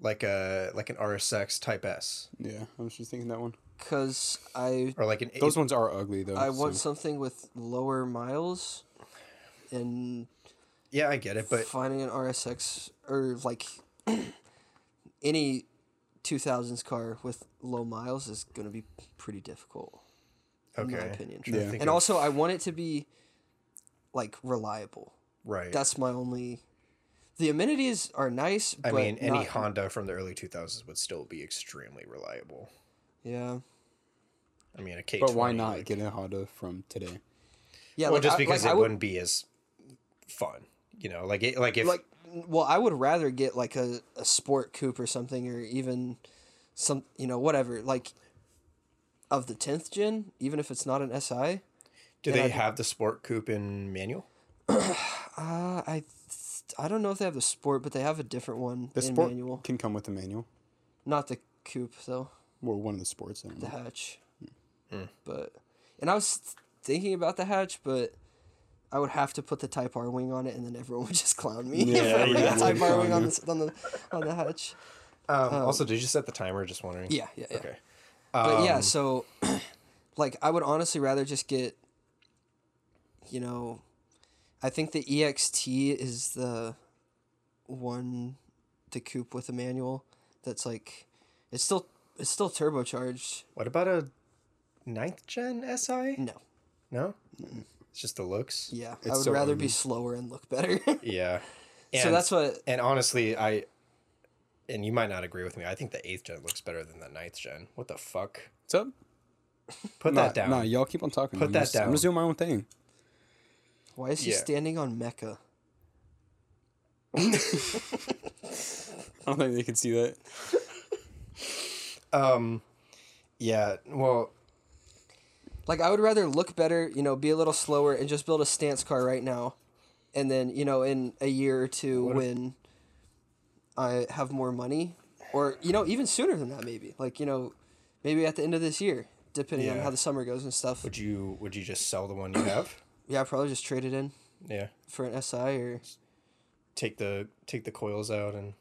Speaker 2: like a like an RSX Type S
Speaker 1: Yeah, I was just thinking that one.
Speaker 3: Because I,
Speaker 2: or like an
Speaker 1: Those ones are ugly though.
Speaker 3: I
Speaker 1: so-
Speaker 3: want something with lower miles and
Speaker 2: yeah I get it, but
Speaker 3: finding an RSX or like any 2000s car with low miles is going to be pretty difficult.
Speaker 2: okay,
Speaker 3: my opinion.
Speaker 2: Trying to
Speaker 1: Yeah.
Speaker 2: think
Speaker 3: And
Speaker 2: of-
Speaker 3: also, I want it to be like reliable.
Speaker 2: right.
Speaker 3: That's my only. The amenities are nice,
Speaker 2: I
Speaker 3: but
Speaker 2: mean, any
Speaker 3: not-
Speaker 2: Honda from the early 2000s would still be extremely reliable.
Speaker 3: Yeah,
Speaker 2: I mean, a K.
Speaker 1: But why not get a Honda from today?
Speaker 3: yeah.
Speaker 2: Well,
Speaker 3: like,
Speaker 2: just
Speaker 3: I-
Speaker 2: because
Speaker 3: like,
Speaker 2: it
Speaker 3: I would,
Speaker 2: wouldn't be as fun, you know. Like, it, like if
Speaker 3: Like, well, I would rather get like a, a sport coupe or something, or even some, you know, whatever. Like of the tenth gen, even if it's not an SI.
Speaker 2: do they have the sport coupe in manual?
Speaker 3: Uh, I, th- I don't know if they have the sport, but they have a different one
Speaker 1: The
Speaker 3: in
Speaker 1: sport
Speaker 3: manual.
Speaker 1: can come with a manual.
Speaker 3: Not the coupe though.
Speaker 1: Well, one of the sports. I don't
Speaker 3: the
Speaker 1: know.
Speaker 3: hatch.
Speaker 1: Mm.
Speaker 3: But and I was thinking about the hatch, but I would have to put the Type R wing on it, and then everyone would just clown me for
Speaker 1: Yeah, you
Speaker 3: putting the
Speaker 1: would
Speaker 3: Type R
Speaker 1: clown
Speaker 3: wing on
Speaker 1: you.
Speaker 3: the, on the on the hatch.
Speaker 2: Um, also, did you set the timer? Just wondering.
Speaker 3: Yeah, yeah, yeah.
Speaker 2: Okay. Um,
Speaker 3: But
Speaker 1: Um,
Speaker 3: yeah, so like I would honestly rather just get, you know, I think the EXT is the one, the coupe with a manual that's like, it's still it's still turbocharged.
Speaker 2: What about a ninth gen SI?
Speaker 3: No,
Speaker 2: No, it's just the looks.
Speaker 3: yeah, I
Speaker 1: It's
Speaker 3: would
Speaker 1: so
Speaker 3: rather be
Speaker 1: ugly.
Speaker 3: slower and look better.
Speaker 2: Yeah.
Speaker 3: so
Speaker 2: And-
Speaker 3: that's what
Speaker 2: And honestly, I and you might not agree with me. I think the eighth gen looks better than the ninth gen. What the fuck?
Speaker 1: What's up?
Speaker 2: Put
Speaker 1: Nah,
Speaker 2: that down.
Speaker 1: Nah, y'all keep on talking.
Speaker 2: Put
Speaker 1: I'm
Speaker 2: that
Speaker 1: just, I'm just
Speaker 2: down.
Speaker 1: doing my own thing.
Speaker 3: Why is he
Speaker 2: Yeah.
Speaker 3: standing on Mecca?
Speaker 1: I don't think they can see that.
Speaker 2: Um, yeah. Well,
Speaker 3: Like I would rather look better, you know, be a little slower and just build a stance car right now. And then, you know, in a year or two when I have more money or you know, even sooner than that maybe. Like, you know, maybe at the end of this year, depending on
Speaker 2: Yeah.
Speaker 3: how the summer goes and stuff.
Speaker 2: would you would you just sell the one you have?
Speaker 3: yeah, I probably just trade it in
Speaker 2: yeah.
Speaker 3: for an SI or
Speaker 2: Take the take the coils out and.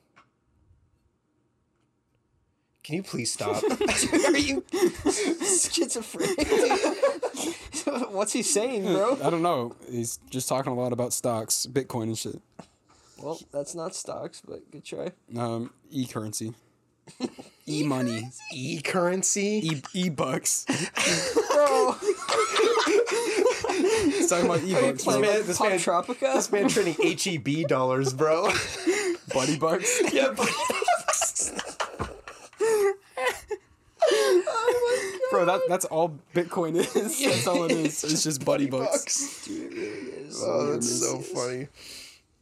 Speaker 2: Can you please stop?
Speaker 3: Are you schizophrenic? dude? What's he saying, bro?
Speaker 1: I don't know. He's just talking a lot about stocks, Bitcoin and shit.
Speaker 3: Well, that's not stocks, but good try.
Speaker 1: Um, e currency, e money,
Speaker 2: e currency.
Speaker 1: e e bucks.
Speaker 3: Bro,
Speaker 1: talking about e-books,
Speaker 3: Playing
Speaker 1: bro.
Speaker 2: man-
Speaker 3: like
Speaker 2: this
Speaker 3: Pop
Speaker 2: man-
Speaker 3: Tropica.
Speaker 2: This man trading HEB dollars, bro.
Speaker 1: Buddy Bucks.
Speaker 2: yeah, but
Speaker 1: Bro, that, that's all Bitcoin is. That's all it is. It's just Buddy Bucks.
Speaker 3: Dude, it really is.
Speaker 2: Oh,
Speaker 3: It
Speaker 2: that's
Speaker 3: really
Speaker 2: so
Speaker 3: is.
Speaker 2: funny.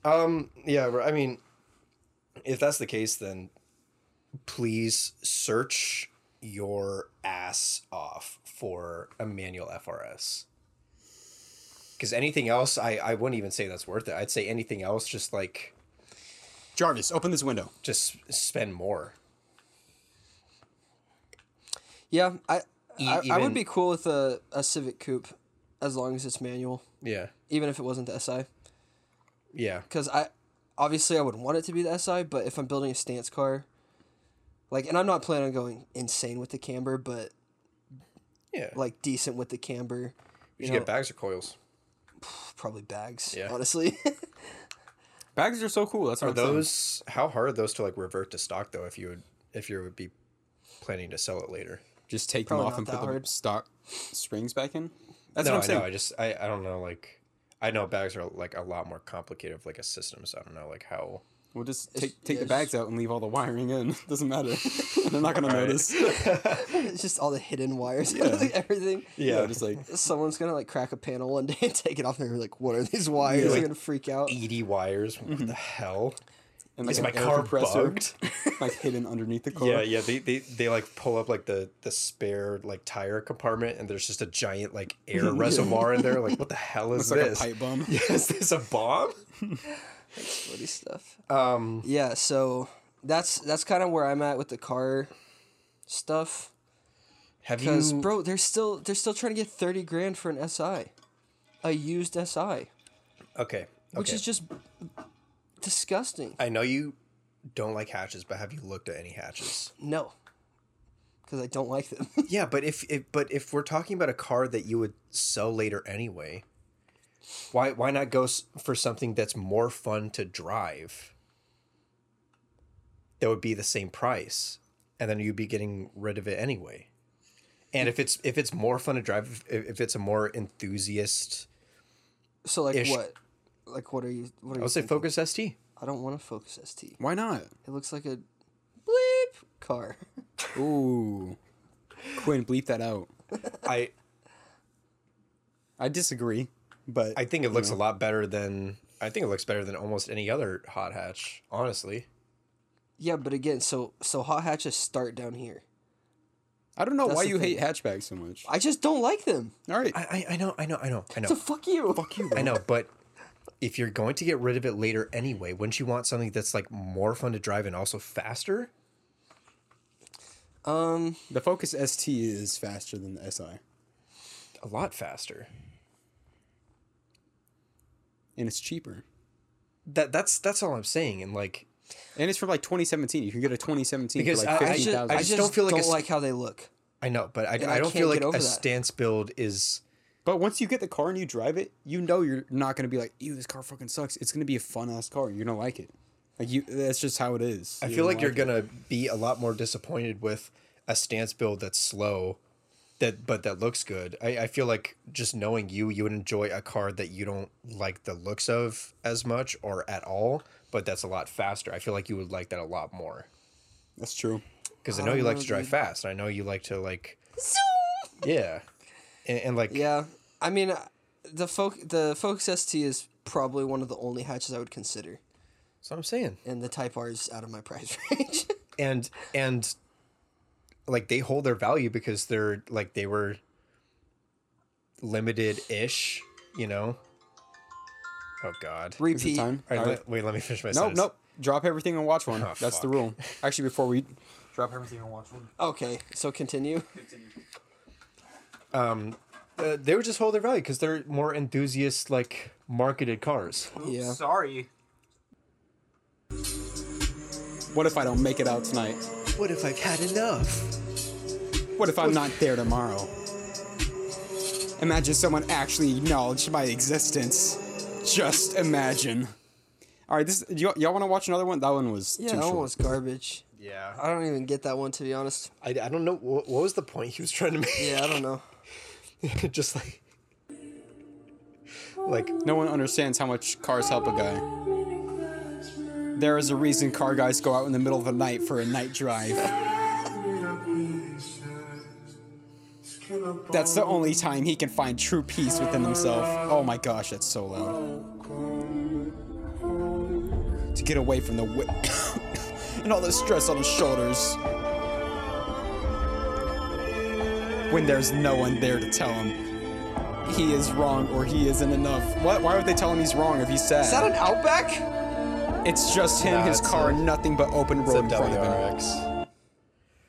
Speaker 2: Um, yeah, bro, I mean, if that's the case, then please search your ass off for a manual FRS. Because anything else, I, I wouldn't even say that's worth it. I'd say anything else, just like,
Speaker 1: Jarvis, open this window.
Speaker 2: just spend more.
Speaker 3: Yeah, I,
Speaker 2: E-
Speaker 3: I, I
Speaker 2: even-
Speaker 3: would be cool with a, a Civic Coupe as long as it's manual,
Speaker 2: Yeah.
Speaker 3: even if it wasn't the SI.
Speaker 2: Yeah.
Speaker 3: Because I, obviously, I would want it to be the SI, but if I'm building a stance car, like, and I'm not planning on going insane with the camber, but
Speaker 2: Yeah. Like,
Speaker 3: like decent with the camber,
Speaker 2: you
Speaker 3: you
Speaker 2: should
Speaker 3: know-
Speaker 2: get bags or coils.
Speaker 3: probably bags,
Speaker 2: Yeah.
Speaker 3: honestly.
Speaker 1: Bags are so cool. That's what
Speaker 2: Are
Speaker 1: I'm saying.
Speaker 2: those how hard are those to like revert to stock though? If you would, if you would be planning to sell it later.
Speaker 1: Just take them
Speaker 3: Probably
Speaker 1: off
Speaker 3: not
Speaker 1: and
Speaker 3: that
Speaker 1: put the
Speaker 3: hard.
Speaker 1: stock springs back in. That's
Speaker 2: no,
Speaker 1: what I'm
Speaker 2: I
Speaker 1: saying.
Speaker 2: know. I just I, I don't know. Like I know bags are like a lot more complicated of like a system. So I don't know like how.
Speaker 1: We'll just
Speaker 3: It's-
Speaker 1: take take
Speaker 3: yeah,
Speaker 1: the
Speaker 3: it's
Speaker 1: bags out and leave all the wiring in. Doesn't matter. They're not gonna notice.
Speaker 3: it's just all the hidden wires, like, everything.
Speaker 1: Yeah, just like
Speaker 3: Someone's gonna like crack a panel one day and take it off, and they're like, "What are these wires?" They're
Speaker 2: Like-
Speaker 3: gonna freak out.
Speaker 2: eighty wires. What the hell?
Speaker 1: and Mm-hmm. like
Speaker 2: Is
Speaker 1: an
Speaker 2: my
Speaker 1: air
Speaker 2: car
Speaker 1: compressor,
Speaker 2: bugged?
Speaker 1: like hidden underneath the car.
Speaker 2: Yeah, yeah. They, they they like pull up like the the spare like tire compartment, and there's just a giant like air reservoir in there. Like what the hell is
Speaker 1: It's like
Speaker 2: this?
Speaker 1: a pipe bomb.
Speaker 2: Yeah, is this a bomb?
Speaker 3: Bloody stuff.
Speaker 2: Um.
Speaker 3: Yeah, so that's that's kind of where I'm at with the car stuff.
Speaker 2: Have
Speaker 3: Because
Speaker 2: you?
Speaker 3: bro, they're still they're still trying to get thirty grand for an SI, a used SI,
Speaker 2: okay.
Speaker 3: which
Speaker 2: okay.
Speaker 3: is just disgusting.
Speaker 2: I know you don't like hatches, but have you looked at any hatches?
Speaker 3: No, because I don't like them.
Speaker 2: yeah, but if, if but if we're talking about a car that you would sell later anyway, why why not go s- for something that's more fun to drive? That would be the same price, and then you'd be getting rid of it anyway. And if it's if it's more fun to drive, if, if it's a more enthusiast,
Speaker 3: so like
Speaker 2: Ish.
Speaker 3: what? Like what are you? What are
Speaker 2: I
Speaker 3: you
Speaker 2: would say
Speaker 3: thinking?
Speaker 2: Focus ST.
Speaker 3: I don't want to focus ST.
Speaker 1: Why not?
Speaker 3: It looks like a bleep car.
Speaker 1: Ooh, Quinn, bleep that out.
Speaker 2: I
Speaker 1: I disagree, but
Speaker 2: I think it looks a lot better than I think it looks better than almost any other hot hatch. Honestly,
Speaker 3: Yeah, but again, so so hot hatches start down here.
Speaker 1: I don't know
Speaker 3: That's
Speaker 1: why
Speaker 3: the
Speaker 1: you
Speaker 3: thing.
Speaker 1: hate hatchbacks so much.
Speaker 3: I just don't like them.
Speaker 1: All right,
Speaker 2: I I, I know I know I know I know
Speaker 3: So fuck you. Fuck you.
Speaker 2: I know, but if you're going to get rid of it later anyway, wouldn't you want something that's like more fun to drive and also faster?
Speaker 3: Um.
Speaker 1: the Focus ST is faster than the SI,
Speaker 2: A lot faster.
Speaker 1: and it's cheaper.
Speaker 2: That that's that's all I'm saying. And like
Speaker 1: And it's from like 2017. You can get a 2017
Speaker 2: Because
Speaker 1: for like
Speaker 2: I- I
Speaker 1: 15,000.
Speaker 2: I
Speaker 3: I
Speaker 2: just
Speaker 3: just,
Speaker 2: don't feel like a
Speaker 3: don't
Speaker 2: s-
Speaker 3: like how they look.
Speaker 2: I know, but I, I,
Speaker 3: I
Speaker 2: don't
Speaker 3: can't
Speaker 2: feel like
Speaker 3: get
Speaker 2: a
Speaker 3: over that.
Speaker 2: stance build is
Speaker 1: But once you get the car and you drive it, you know you're not gonna be like, "Ew, this car fucking sucks." It's gonna be a fun ass car. You're gonna like it. Like you, that's just how it is.
Speaker 2: I feel like you're
Speaker 1: gonna
Speaker 2: gonna be a lot more disappointed with a stance build that's slow, that but that looks good. I, I feel like just knowing you, you would enjoy a car that you don't like the looks of as much or at all, but that's a lot faster. I feel like you would like that a lot more
Speaker 1: like it. That's true.
Speaker 2: because I know you like to drive fast. And I know you like to like, yeah, and, and like
Speaker 3: Yeah, I mean, uh, the folk the Focus ST is probably one of the only hatches I would consider,
Speaker 2: that's what I'm saying.
Speaker 3: and the Type R is out of my price range.
Speaker 2: and and like they hold their value because they're like they were limited ish, you know. Oh God! All
Speaker 1: Is it
Speaker 3: Repeat.
Speaker 1: time?
Speaker 2: right,
Speaker 1: All right.
Speaker 2: let- wait, let me finish my.
Speaker 1: Nope,
Speaker 2: sentence.
Speaker 1: nope. Drop everything and watch one.
Speaker 2: Oh,
Speaker 1: that's the
Speaker 2: fuck.
Speaker 1: rule. Actually, before we drop everything and watch one.
Speaker 3: Okay, so continue.
Speaker 2: Uh, they would just hold their value because they're more enthusiast like marketed cars.
Speaker 3: Yeah.
Speaker 6: Sorry.
Speaker 1: What if I don't make it out tonight?
Speaker 2: What if I've had enough?
Speaker 1: What if I'm not there tomorrow? Imagine someone actually acknowledged my existence. Just imagine. All right, this do y'all, y'all want to watch another one? That one was
Speaker 3: Yeah,
Speaker 1: too
Speaker 3: that
Speaker 1: short.
Speaker 3: one was garbage.
Speaker 2: Yeah,
Speaker 3: I don't even get that one to be honest.
Speaker 2: I, I don't know what, what was the point he was trying to make.
Speaker 3: Yeah, I don't know.
Speaker 2: just like Like,
Speaker 1: No one understands how much cars help a guy. There is a reason car guys go out in the middle of the night for a night drive. That's the only time he can find true peace within himself. Oh my gosh, that's so loud. To get away from the whip and all the stress on his shoulders. When there's no one there to tell him he is wrong or he isn't enough. What? Why would they tell him he's wrong if he's sad?
Speaker 3: Is that an Outback?
Speaker 1: It's just him,
Speaker 2: Nah,
Speaker 1: his
Speaker 2: it's
Speaker 1: car,
Speaker 2: a-
Speaker 1: and nothing but open
Speaker 2: it's a
Speaker 3: Oh
Speaker 1: road in front of him.
Speaker 2: WRX.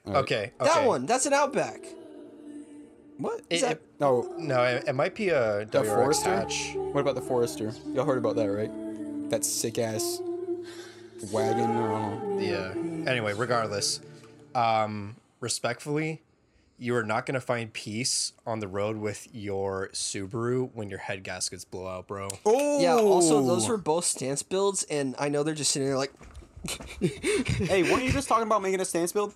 Speaker 2: Okay, okay.
Speaker 3: That one. That's an Outback.
Speaker 1: What?
Speaker 2: It-
Speaker 1: Is that?
Speaker 2: it-
Speaker 1: No,
Speaker 2: No, it, it might be a
Speaker 1: the
Speaker 2: WRX
Speaker 1: Forester.
Speaker 2: hatch.
Speaker 1: What about the Forester? Y'all heard about that, right? That sick ass wagon. Or, I don't know.
Speaker 2: Yeah. uh, Anyway, regardless, um, respectfully, you are not gonna find peace on the road with your Subaru when your head gaskets blow out, bro.
Speaker 1: Oh,
Speaker 3: Yeah. Also, those were both stance builds, and I know they're just sitting there like,
Speaker 1: Hey, weren't you just talking about making a stance build?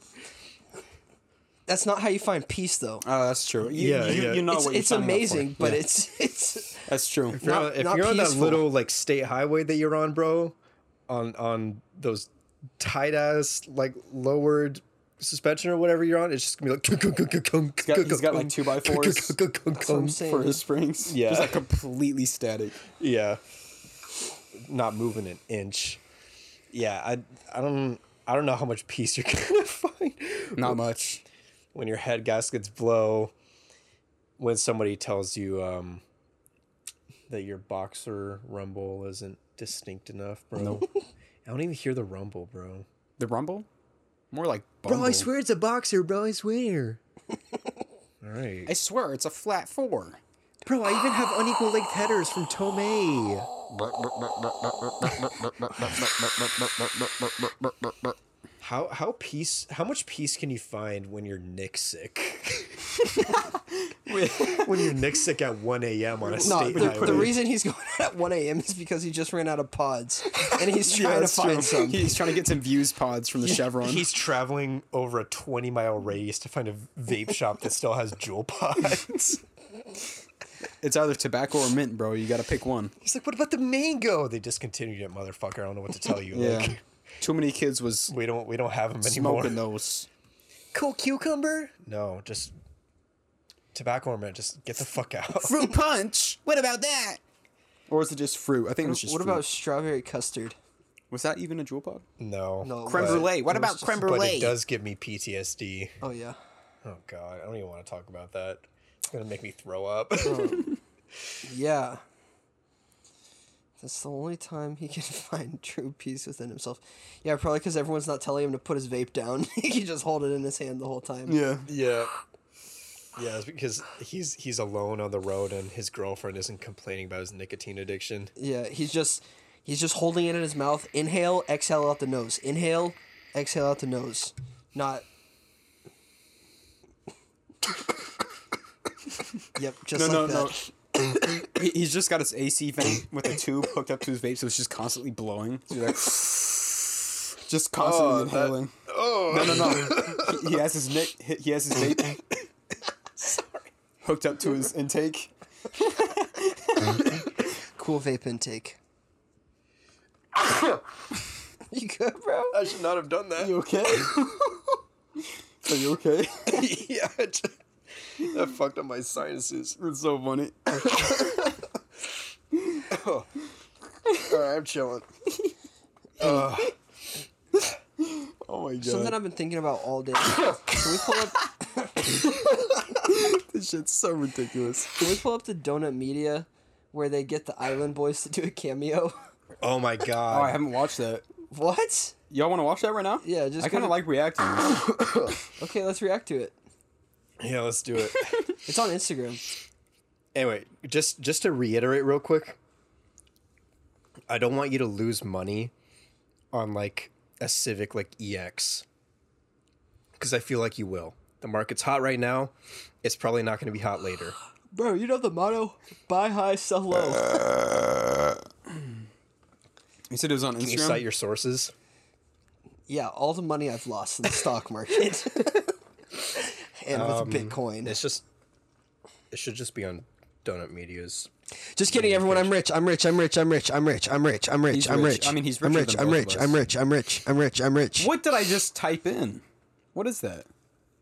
Speaker 3: that's not how you find peace, though.
Speaker 1: Oh, that's true. You,
Speaker 2: Yeah,
Speaker 1: you,
Speaker 2: yeah.
Speaker 1: you know
Speaker 3: it's
Speaker 1: what you're
Speaker 3: it's
Speaker 1: signing up for.
Speaker 3: amazing, but
Speaker 1: Yeah,
Speaker 3: it's it's
Speaker 1: that's true.
Speaker 2: If you're,
Speaker 3: Not-
Speaker 2: on, if
Speaker 3: not
Speaker 2: you're on that
Speaker 3: peaceful.
Speaker 2: little like state highway that you're on, bro, on on those tight ass like lowered suspension or whatever you're on, it's just gonna be like. He's
Speaker 1: got- he's got, like, two by fours.
Speaker 3: what I'm saying.
Speaker 1: For his springs,
Speaker 2: Yeah.
Speaker 1: just like completely static.
Speaker 2: Yeah. Not moving an inch. Yeah, I I don't I don't know how much peace you're gonna find
Speaker 1: Not much.
Speaker 2: when your head gaskets blow. When somebody tells you um, that your boxer rumble isn't distinct enough, bro. I don't even hear the rumble, bro.
Speaker 1: The rumble, more like bumble.
Speaker 2: it's a boxer, bro. I swear. All right,
Speaker 1: I swear, it's a flat four.
Speaker 2: bro. I even have unequal length headers from Tomei. How how peace? How much peace can you find when you're Nick sick? when you're Nick sick at 1 a.m. on a
Speaker 3: No,
Speaker 2: state
Speaker 3: the,
Speaker 2: highway.
Speaker 3: the reason he's going at 1 a.m. is because he just ran out of pods, and he's trying to
Speaker 1: That's
Speaker 3: find
Speaker 1: true.
Speaker 3: some.
Speaker 1: He's trying to get some views pods from the Chevron.
Speaker 2: He's traveling over a 20 mile radius to find a vape shop that still has jewel pods.
Speaker 1: It's either tobacco or mint, bro. You got to pick one.
Speaker 2: He's like, what about the mango? They discontinued it, motherfucker. I don't know what to tell you. Like,
Speaker 1: Too many kids was
Speaker 2: we don't we don't have them anymore.
Speaker 1: smoking those.
Speaker 2: Cool cucumber? No, just tobacco or mint. Just get the fuck out.
Speaker 1: Fruit punch. What about that? Or is it just fruit? I think it's just
Speaker 3: What
Speaker 1: fruit.
Speaker 3: about strawberry custard? Oh,
Speaker 1: was that even a jewel pod?
Speaker 2: No.
Speaker 3: No,
Speaker 1: Creme
Speaker 3: but-
Speaker 1: brulee. What about creme
Speaker 2: But
Speaker 1: brulee?
Speaker 2: it does give me PTSD.
Speaker 3: Oh yeah,
Speaker 2: Oh god, I don't even want to talk about that. It's gonna make me throw up.
Speaker 3: yeah. That's the only time he can find true peace within himself. Yeah, probably because everyone's not telling him to put his vape down. he can just hold it in his hand the whole time.
Speaker 1: Yeah.
Speaker 2: yeah. Yeah, it's because he's he's alone on the road and his girlfriend isn't complaining about his nicotine addiction.
Speaker 3: Yeah, he's just he's just holding it in his mouth. Inhale, exhale out the nose. Inhale, exhale out the nose. Not. yep, just
Speaker 1: No,
Speaker 3: like that.
Speaker 1: no, no. He- He's just got his AC vent with a tube hooked up to his vape, so it's just constantly blowing. So you're like, just constantly
Speaker 2: Oh, that-
Speaker 1: inhaling.
Speaker 2: Oh
Speaker 1: No, no, no. he, he has his neck. He, he has his vape. Sorry. Hooked up to his intake.
Speaker 3: Cool vape intake. you good, bro?
Speaker 2: I should not have done that.
Speaker 1: You okay? Are you okay?
Speaker 2: yeah, I ju- that fucked up my sinuses.
Speaker 1: It's so funny.
Speaker 2: Alright, I'm chilling.
Speaker 1: Oh my
Speaker 3: Something
Speaker 1: god.
Speaker 3: I've been thinking about all day. Can we pull up?
Speaker 1: This shit's so ridiculous.
Speaker 3: Can we pull up the Donut Media, where they get the Island Boys to do a cameo?
Speaker 2: Oh my god.
Speaker 1: Oh, I haven't watched that.
Speaker 3: what?
Speaker 1: Y'all want to watch that right now?
Speaker 3: Yeah, just
Speaker 1: I kind
Speaker 3: go
Speaker 1: of
Speaker 3: to-
Speaker 1: like reacting.
Speaker 3: Okay, let's react to it.
Speaker 2: Yeah, let's do it.
Speaker 3: It's on Instagram.
Speaker 2: anyway, just just to reiterate real quick, I don't want you to lose money on like a Civic like EX because I feel like you will. The market's hot right now. It's probably not going to be hot later.
Speaker 3: Bro, you know the motto: buy high, sell low.
Speaker 1: You said it was on
Speaker 2: Can you
Speaker 1: Instagram.
Speaker 2: cite your sources?
Speaker 3: Yeah, all the money I've lost in the stock market. and with Bitcoin.
Speaker 1: Um,
Speaker 2: It's just it should just be on Donut Media's
Speaker 3: Just kidding, everyone. I'm rich. I'm rich. I'm rich. I'm rich. I'm rich. I'm rich. I'm rich.
Speaker 1: He's
Speaker 3: I'm
Speaker 1: rich.
Speaker 3: rich.
Speaker 1: I mean, he's
Speaker 3: I'm
Speaker 1: richer
Speaker 3: rich.
Speaker 1: than
Speaker 3: I'm
Speaker 1: both of
Speaker 3: rich.
Speaker 1: us.
Speaker 3: I'm rich. I'm rich. I'm rich. I'm rich.
Speaker 1: What did I just type in? What is that?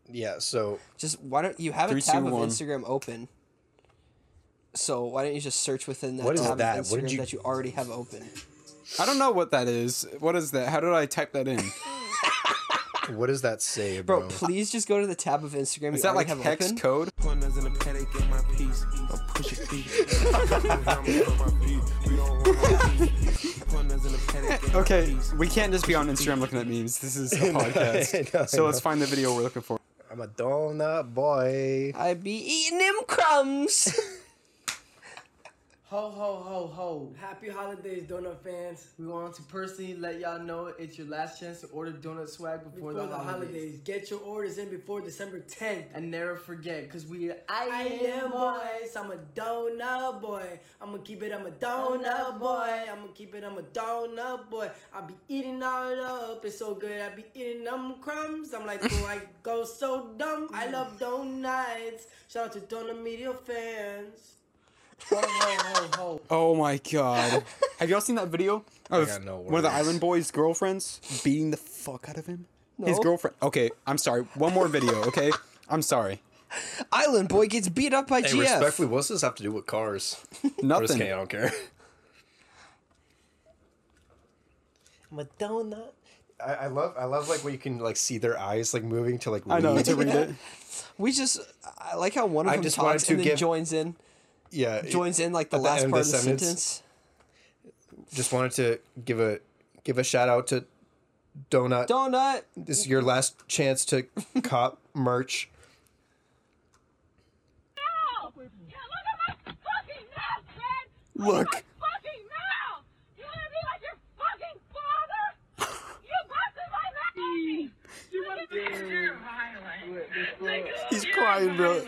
Speaker 2: Yeah, so
Speaker 3: Just why don't you have
Speaker 1: Three,
Speaker 3: a tab
Speaker 1: two,
Speaker 3: of
Speaker 1: one.
Speaker 3: Instagram open? So why don't you just search within that
Speaker 2: What is
Speaker 3: tab
Speaker 2: that?
Speaker 3: of
Speaker 2: What did
Speaker 3: Instagram
Speaker 2: you-
Speaker 3: that you already have open?
Speaker 1: I don't know what that is. What is that? How did I type that in?
Speaker 2: what does that say, bro?
Speaker 3: Bro, please just go to the tab of Instagram.
Speaker 1: Is
Speaker 3: you
Speaker 1: that like
Speaker 3: already have
Speaker 1: hex
Speaker 3: open.
Speaker 1: code?
Speaker 7: Corners in a paddock, get my piece. I'm pushing feet. Corners in a paddock, get my
Speaker 1: Okay,
Speaker 7: piece.
Speaker 1: we can't just be on Instagram looking at memes. This is a podcast.
Speaker 2: know, I
Speaker 1: so let's
Speaker 2: know.
Speaker 1: find the video we're looking for.
Speaker 2: I'm a donut boy.
Speaker 3: I be eating them crumbs.
Speaker 8: Ho ho ho ho! Happy holidays, donut fans. We want to personally let y'all know it's your last chance to order donut swag before, the, holidays. Get your orders in before December 10th, and never forget, cause we I, am boys. I'm a donut boy. I'ma keep it. I'm a donut boy. I'ma keep it. I'm a donut boy. I be eating all up. It's so good. I be eating them crumbs. I'm like, do I go so dumb? I love donuts. Shout out to donut media fans. Ho ho ho ho!
Speaker 1: Oh my god. Have y'all seen that video of
Speaker 2: got no
Speaker 1: one of the
Speaker 2: words.
Speaker 1: Island Boys' girlfriends beating the fuck out of him? His
Speaker 3: No.
Speaker 1: girlfriend. Okay, I'm sorry. One more video, okay? I'm sorry.
Speaker 3: Island boy gets beat up by
Speaker 2: Hey,
Speaker 3: GF.
Speaker 2: respectfully, what's this have to do with cars? I'm just
Speaker 1: Nothing.
Speaker 2: kidding, I don't care.
Speaker 8: I'm a donut.
Speaker 2: I, I love, I love like when you can like see their eyys like moving to like.
Speaker 1: I know
Speaker 2: read.
Speaker 1: to read it.
Speaker 3: We just I like how one of
Speaker 2: I
Speaker 3: them
Speaker 2: just wanted
Speaker 3: talks
Speaker 2: to
Speaker 3: and then
Speaker 2: give-
Speaker 3: joins in
Speaker 2: Yeah,
Speaker 3: joins in like the
Speaker 2: At the
Speaker 3: last
Speaker 2: end of
Speaker 3: part
Speaker 2: the
Speaker 3: of the
Speaker 2: sentence.
Speaker 3: sentence.
Speaker 2: Just wanted to give a give a shout out to Donut.
Speaker 3: Donut.
Speaker 2: this is your last chance to cop merch.
Speaker 9: mouth. Yeah, look at my fucking mouth, Ted.
Speaker 1: Look.
Speaker 9: My fucking mouth. You want to be like your fucking father? you busted my mouth. You want to be your
Speaker 1: He's crying, bro. look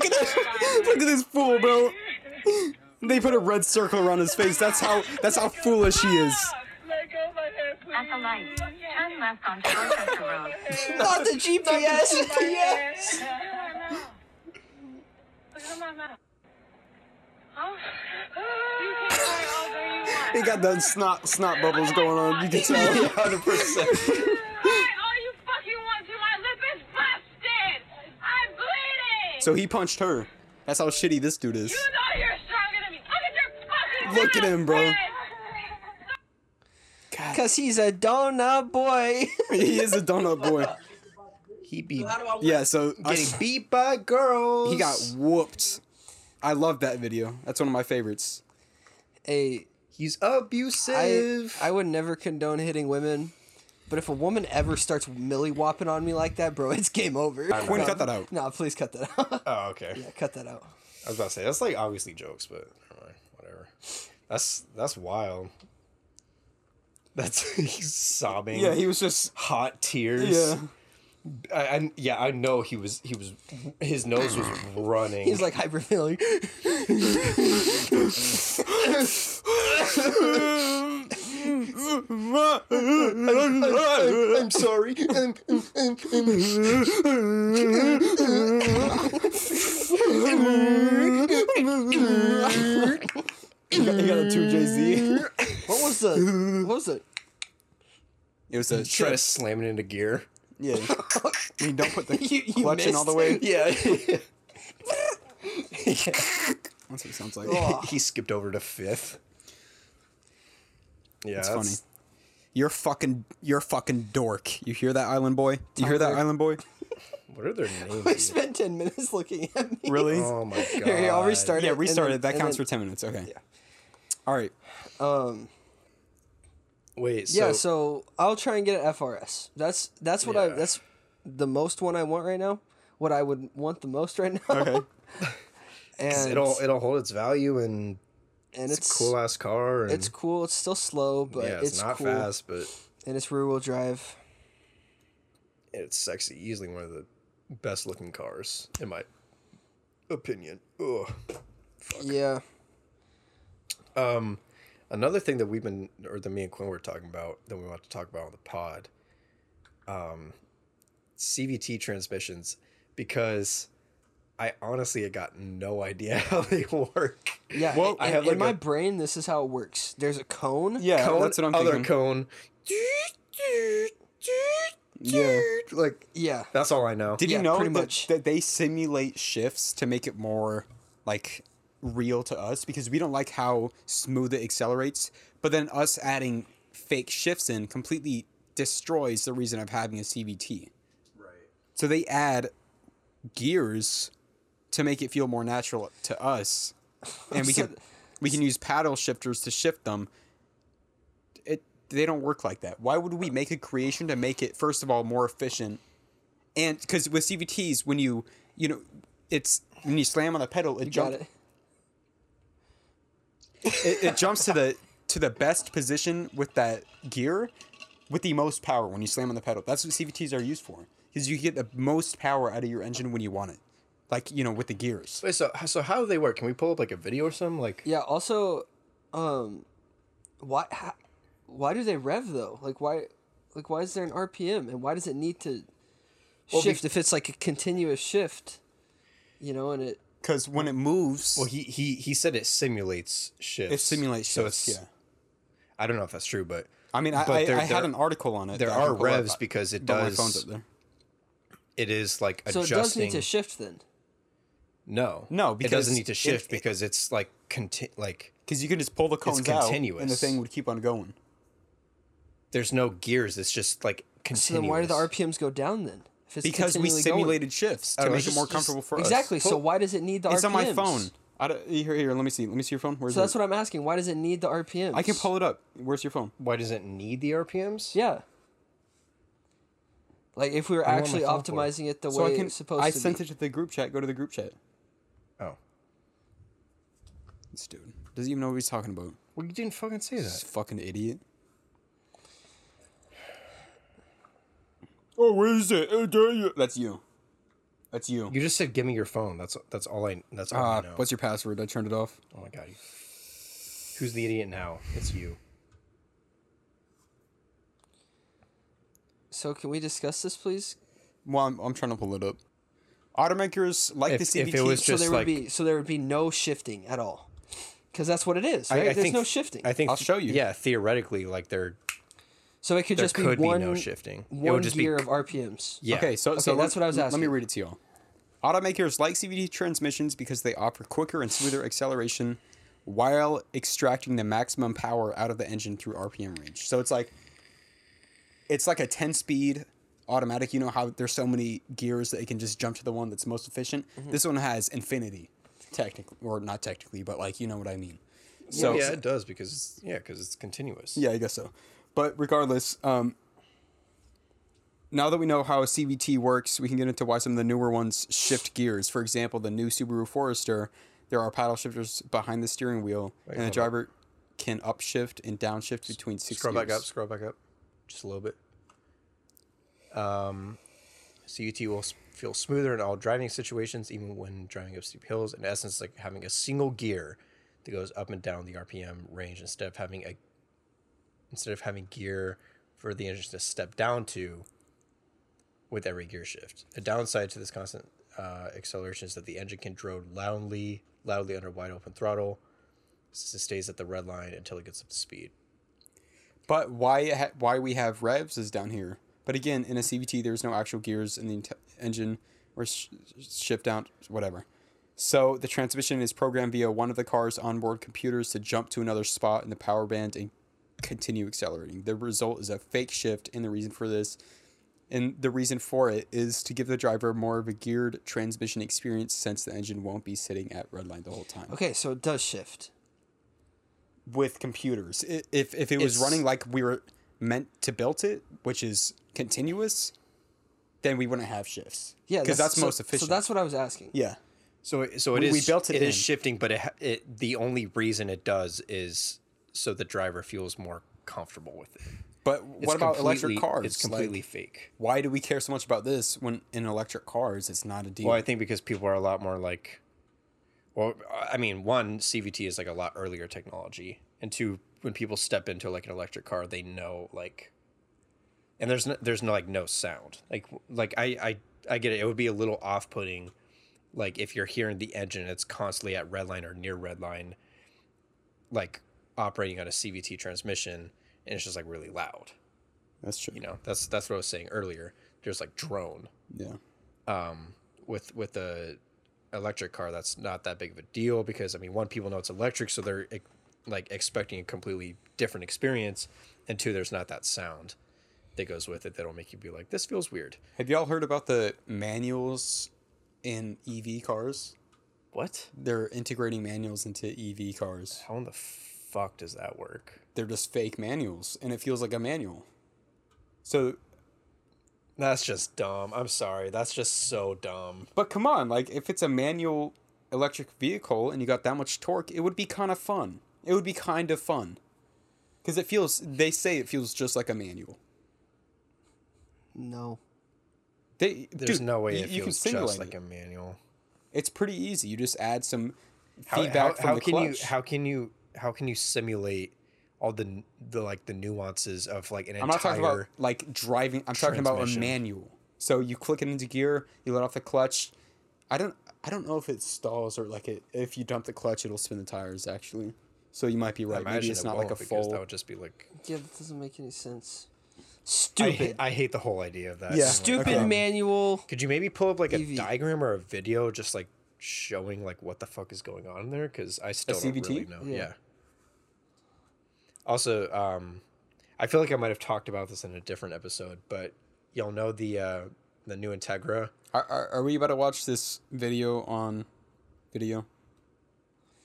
Speaker 1: at him. Look at this fool, bro. They put a red circle around his face. That's how that's how foolish he is.
Speaker 9: Let go of my hair, please.
Speaker 10: At the light, turn left on Dorchester Road.
Speaker 3: Not the GPS. yeah.
Speaker 9: Look at my mouth. Huh? You can cry all day you want.
Speaker 1: He got that snot snot bubbles going on. You can tell.
Speaker 2: Hundred percent.
Speaker 9: Cry all you fucking want to. My lip is busted. I'm bleeding.
Speaker 1: So he punched her. That's how shitty this dude is.
Speaker 9: You know you're stronger than me. Look at your fucking
Speaker 1: Look at
Speaker 9: mouth,
Speaker 1: him, bro.
Speaker 9: Fred.
Speaker 3: Cause he's a donut boy.
Speaker 1: He is a donut boy.
Speaker 2: He be
Speaker 1: Yeah. So I-
Speaker 2: getting beat by girls.
Speaker 1: he got whooped. I love that video. That's one of my favorites.
Speaker 3: hey,
Speaker 2: He's
Speaker 3: I
Speaker 2: abusive.
Speaker 3: I would never condone hitting women. But if a woman ever starts milly whopping on me like that, bro, it's game over.
Speaker 1: Quinn, cut that out.
Speaker 3: Nah, please cut that out.
Speaker 2: oh, okay.
Speaker 3: cut that out.
Speaker 2: I was about to say that's like obviously jokes, but never mind, whatever. That's that's wild. That's he's sobbing.
Speaker 1: Yeah, he was just.
Speaker 2: hot tears.
Speaker 1: Yeah.
Speaker 2: I, I yeah, I know he was he was his nose was running.
Speaker 3: He's like hyperventilating.
Speaker 2: I'm sorry. Um, um, um, um.
Speaker 1: He got a two JZ.
Speaker 3: What was the? What was the?
Speaker 1: It was a
Speaker 2: Try to
Speaker 1: stress.
Speaker 2: slam it into gear.
Speaker 1: Yeah. You don't put the
Speaker 3: You- you
Speaker 1: clutch in all the way.
Speaker 2: Yeah.
Speaker 1: That's what it sounds like.
Speaker 2: he skipped over to fifth. Yeah,
Speaker 1: That's
Speaker 2: that's,
Speaker 1: funny. You're fucking. You're fucking dork. You hear that, Island Boy? Do you hear that,
Speaker 3: Tyler.
Speaker 1: Island Boy?
Speaker 2: What are their
Speaker 3: We
Speaker 2: names?
Speaker 3: spent ten minutes looking at me.
Speaker 1: Really?
Speaker 2: oh my god!
Speaker 3: Here, here, I'll restart it.
Speaker 1: yeah,
Speaker 3: and
Speaker 1: restarted.
Speaker 3: then-
Speaker 1: That counts for
Speaker 3: and
Speaker 1: ten minutes. Okay. All right.
Speaker 3: then- Um.
Speaker 2: Wait. So,
Speaker 3: Yeah, so I'll try and get an FRS. That's that's what I
Speaker 2: Yeah.
Speaker 3: that's the most one I want right now. What I would want the most right now.
Speaker 1: Okay.
Speaker 3: and
Speaker 2: it'll it'll hold its value and
Speaker 3: and
Speaker 2: it's,
Speaker 3: it's
Speaker 2: cool ass car. And,
Speaker 3: It's cool. It's still slow, but
Speaker 2: Yeah,
Speaker 3: it's,
Speaker 2: it's, not
Speaker 3: cool.
Speaker 2: fast, but
Speaker 3: And it's rear wheel drive.
Speaker 2: it's sexy. Easily one of the best looking cars in my opinion. Ugh.
Speaker 3: Yeah.
Speaker 2: Um, another thing that we've been, or that me and Quinn were talking about, that we want to talk about on the pod, um, CVT transmissions, because I honestly had got no idea how they work.
Speaker 3: Yeah.
Speaker 2: Well,
Speaker 3: in,
Speaker 2: I had
Speaker 3: in
Speaker 2: like
Speaker 3: my
Speaker 2: a
Speaker 3: brain, this is how it works. There's a cone.
Speaker 1: Yeah,
Speaker 2: cone,
Speaker 1: that's what I'm
Speaker 2: other
Speaker 1: thinking.
Speaker 2: cone.
Speaker 1: Yeah.
Speaker 2: Like
Speaker 3: Yeah.
Speaker 2: that's all I know.
Speaker 1: Did
Speaker 3: Yeah,
Speaker 1: you know that,
Speaker 3: pretty much.
Speaker 1: that they simulate shifts to make it more like real to us because we don't like how smooth it accelerates, but then us adding fake shifts in completely destroys the reason of having a CVT.
Speaker 6: Right.
Speaker 1: So they add gears to make it feel more natural to us, and we can
Speaker 3: So-
Speaker 1: we can use paddle shifters to shift them. It they don't work like that. Why would we make a creation to make it first of all more efficient? And because with CVTs, when you you know it's when you slam on the pedal, it
Speaker 3: You got
Speaker 1: jumps
Speaker 3: it.
Speaker 1: it. It, jumps to the to the best position with that gear with the most power when you slam on the pedal. That's what CVTs are used for because you get the most power out of your engine when you want it, like you know with the gears.
Speaker 2: Wait, so so how do they work? Can we pull up like a video or something? Like
Speaker 3: Yeah. Also, um, why ha, why do they rev though? Like why like why is there an RPM and why does it need to shift if it's like a continuous shift? You know, and it
Speaker 1: Because when it moves,
Speaker 2: Well, he he he said it simulates shifts.
Speaker 1: it simulates
Speaker 2: So
Speaker 1: shifts.
Speaker 2: it's-
Speaker 1: yeah,
Speaker 2: I don't know if that's true, but
Speaker 1: I mean, I,
Speaker 2: but
Speaker 1: I,
Speaker 2: there-
Speaker 1: I had
Speaker 2: there-
Speaker 1: an article on it.
Speaker 2: there
Speaker 1: that I can
Speaker 2: are
Speaker 1: pull up.
Speaker 2: revs because it
Speaker 1: But my phone's
Speaker 2: does
Speaker 1: up there.
Speaker 2: it is like
Speaker 3: so
Speaker 2: adjusting.
Speaker 3: it does need to shift then.
Speaker 2: no,
Speaker 1: No,
Speaker 2: it
Speaker 1: because
Speaker 2: doesn't need to
Speaker 1: it-
Speaker 2: shift
Speaker 1: it-
Speaker 2: because it's like conti- like
Speaker 1: Because you can just pull the cones out, and the
Speaker 2: continuous.
Speaker 1: thing would keep on going.
Speaker 2: there's no gears. It's just like continuous.
Speaker 3: So then why do the RPMs go down then? If it's
Speaker 1: Because we
Speaker 3: continually going?
Speaker 1: simulated shifts to
Speaker 2: Oh,
Speaker 1: make
Speaker 2: just-
Speaker 1: it more
Speaker 2: just-
Speaker 1: comfortable for us.
Speaker 3: exactly. So why does it need the RPMs?
Speaker 1: It's on my phone. I don't, here, here. Let me see. Let me see your phone. Where's
Speaker 3: So that's
Speaker 1: it?
Speaker 3: what I'm asking. Why does it need the RPMs?
Speaker 1: I can pull it up. Where's your phone?
Speaker 2: Why does it need the RPMs?
Speaker 3: Yeah. Like if we were
Speaker 2: want my
Speaker 3: actually
Speaker 2: phone for it.
Speaker 3: optimizing it the
Speaker 1: So
Speaker 3: way
Speaker 1: I can.
Speaker 3: it's supposed
Speaker 1: I
Speaker 3: to
Speaker 1: sent
Speaker 3: be.
Speaker 1: it to the group chat. Go to the group chat.
Speaker 2: Oh,
Speaker 1: This dude doesn't even know what he's talking about.
Speaker 2: well, you didn't fucking say
Speaker 1: This
Speaker 2: that.
Speaker 1: fucking idiot. Oh, where is it? Oh, dare you? That's you. That's you.
Speaker 2: You just said, "Give me your phone." That's that's all I. That's all I
Speaker 1: Uh,
Speaker 2: know.
Speaker 1: what's your password? I turned it off.
Speaker 2: oh my god. you- Who's the idiot now? It's you.
Speaker 3: So can we discuss this, please?
Speaker 1: Well, I'm, I'm trying to pull it up. Automakers like
Speaker 2: If-
Speaker 1: the
Speaker 2: if
Speaker 1: CVT.
Speaker 2: it was
Speaker 3: So
Speaker 2: Just
Speaker 3: there would
Speaker 2: like-
Speaker 3: be so there would be no shifting at all, because that's what it is. Right?
Speaker 2: I, I
Speaker 3: There's
Speaker 2: think,
Speaker 3: no shifting.
Speaker 2: I think
Speaker 1: I'll show you.
Speaker 2: Yeah, theoretically, like they're
Speaker 3: so it could
Speaker 2: there
Speaker 3: just
Speaker 2: could
Speaker 3: be
Speaker 2: be
Speaker 3: one
Speaker 2: no shifting. It would
Speaker 3: One
Speaker 2: just be
Speaker 3: gear
Speaker 2: c-
Speaker 3: of RPMs.
Speaker 2: yeah.
Speaker 1: Okay, so, so
Speaker 3: Okay, that's
Speaker 1: let-
Speaker 3: what I was
Speaker 1: Let me
Speaker 3: asking.
Speaker 1: read it to y'all. Automakers like CVT transmissions because they offer quicker and smoother acceleration while extracting the maximum power out of the engine through RPM range. So it's like it's like a 10 speed automatic. You know how there's so many gears that it can just jump to the one that's most efficient? This one has infinity, technically, or not technically, but like, you know what I mean. So,
Speaker 2: yeah, it does because it's, yeah, because it's continuous.
Speaker 1: yeah, I guess so. But regardless, um, now that we know how a CVT works, we can get into why some of the newer ones shift gears. For example, the new Subaru Forester, there are paddle shifters behind the steering wheel, and the
Speaker 2: hold up.
Speaker 1: driver can upshift and downshift between six
Speaker 2: Scroll back
Speaker 1: gears.
Speaker 2: up. Scroll back up. Just a little bit. Um, CUT will s- feel smoother in all driving situations, even when driving up steep hills. In essence, like having a single gear that goes up and down the RPM range instead of having a instead of having gear for the engine to step down to with every gear shift. A downside to this constant uh, acceleration is that the engine can drone loudly, loudly under wide open throttle. Since it stays at the red line until it gets up to speed.
Speaker 1: But why it ha- why we have revs is down here. But again, in a CVT, there's no actual gears in the int- engine or sh- shift down, whatever. So the transmission is programmed via one of the car's onboard computers to jump to another spot in the power band and continue accelerating. The result is a fake shift, and the reason for this, and the reason for it is to give the driver more of a geared transmission experience since the engine won't be sitting at redline the whole time
Speaker 3: Okay, so it does shift.
Speaker 1: with computers. I- If if it was
Speaker 2: It's-
Speaker 1: running like we were meant to build it, which is continuous, then we wouldn't have shifts.
Speaker 3: Yeah,
Speaker 1: because that's,
Speaker 3: so-
Speaker 1: most efficient.
Speaker 3: So that's what I was asking.
Speaker 1: yeah.
Speaker 2: So it- so it
Speaker 1: We-
Speaker 2: is
Speaker 1: we built it
Speaker 2: it is
Speaker 1: in.
Speaker 2: shifting, but it, ha- it the only reason it does is so the driver feels more comfortable with it.
Speaker 1: But
Speaker 2: It's
Speaker 1: what about electric
Speaker 2: completely-
Speaker 1: cars?
Speaker 2: It's completely
Speaker 1: Like,
Speaker 2: fake.
Speaker 1: why do we care so much about this when in electric cars it's not a deal?
Speaker 2: Well, I think because people are a lot more like, well, I mean, one CVT is like a lot earlier technology, and two, when people step into like an electric car, they know like, and there's no, there's no like no sound like like I I I get it. It would be a little off putting like if you're hearing the engine, it's constantly at red line or near red line, like operating on a CVT transmission, and it's just like really loud.
Speaker 1: That's true.
Speaker 2: You know, that's that's what I was saying earlier. There's like drone.
Speaker 1: Yeah.
Speaker 2: Um, with with the electric car, that's not that big of a deal because I mean, one, people know it's electric, so they're e- like expecting a completely different experience, and two, there's not that sound that goes with it that'll make you be like, this feels weird.
Speaker 1: Have y'all heard about the manuals in EV cars?
Speaker 2: What?
Speaker 1: They're integrating manuals into EV cars.
Speaker 2: How in the fuck does that work?
Speaker 1: They're just fake manuals, and it feels like a manual. So,
Speaker 2: That's just dumb. I'm sorry. That's just so dumb.
Speaker 1: but come on, like if it's a manual electric vehicle and you got that much torque, it would be kind of fun. It would be kind of fun. Because it feels, they say it feels just like a manual.
Speaker 3: No.
Speaker 1: They,
Speaker 2: There's
Speaker 1: dude,
Speaker 2: no way
Speaker 1: you,
Speaker 2: it
Speaker 1: you can
Speaker 2: feels
Speaker 1: simulate
Speaker 2: just
Speaker 1: like
Speaker 2: like a manual.
Speaker 1: It's pretty easy. You just add some
Speaker 2: How,
Speaker 1: feedback
Speaker 2: how,
Speaker 1: from
Speaker 2: how
Speaker 1: the
Speaker 2: can
Speaker 1: clutch.
Speaker 2: you how can you how can you simulate all the the like the nuances of like an
Speaker 1: I'm
Speaker 2: entire
Speaker 1: not talking about like driving. I'm talking about a
Speaker 2: transmission.
Speaker 1: manual. So you click it into gear, you let off the clutch. I don't I don't know if it stalls or like it if you dump the clutch it'll spin the tires actually. So you might be
Speaker 2: I
Speaker 1: right. Maybe
Speaker 2: imagine
Speaker 1: it's
Speaker 2: it
Speaker 1: not like a
Speaker 2: won't because
Speaker 1: full.
Speaker 2: That would just be like
Speaker 3: Yeah, that doesn't make any sense.
Speaker 2: I
Speaker 3: Stupid.
Speaker 2: hate, I hate the whole idea of that.
Speaker 1: Yeah.
Speaker 2: I'm like,
Speaker 3: Stupid
Speaker 1: Okay.
Speaker 3: manual.
Speaker 2: Could you maybe pull up like a
Speaker 3: EV.
Speaker 2: diagram or a video just like showing like what the fuck is going on there? Because I still don't
Speaker 1: CVT?
Speaker 2: really know.
Speaker 3: Yeah.
Speaker 2: Yeah. Also, um, I feel like I might have talked about this in a different episode, but y'all know the uh, the new Integra.
Speaker 1: Are, are, are we about to watch this video on video?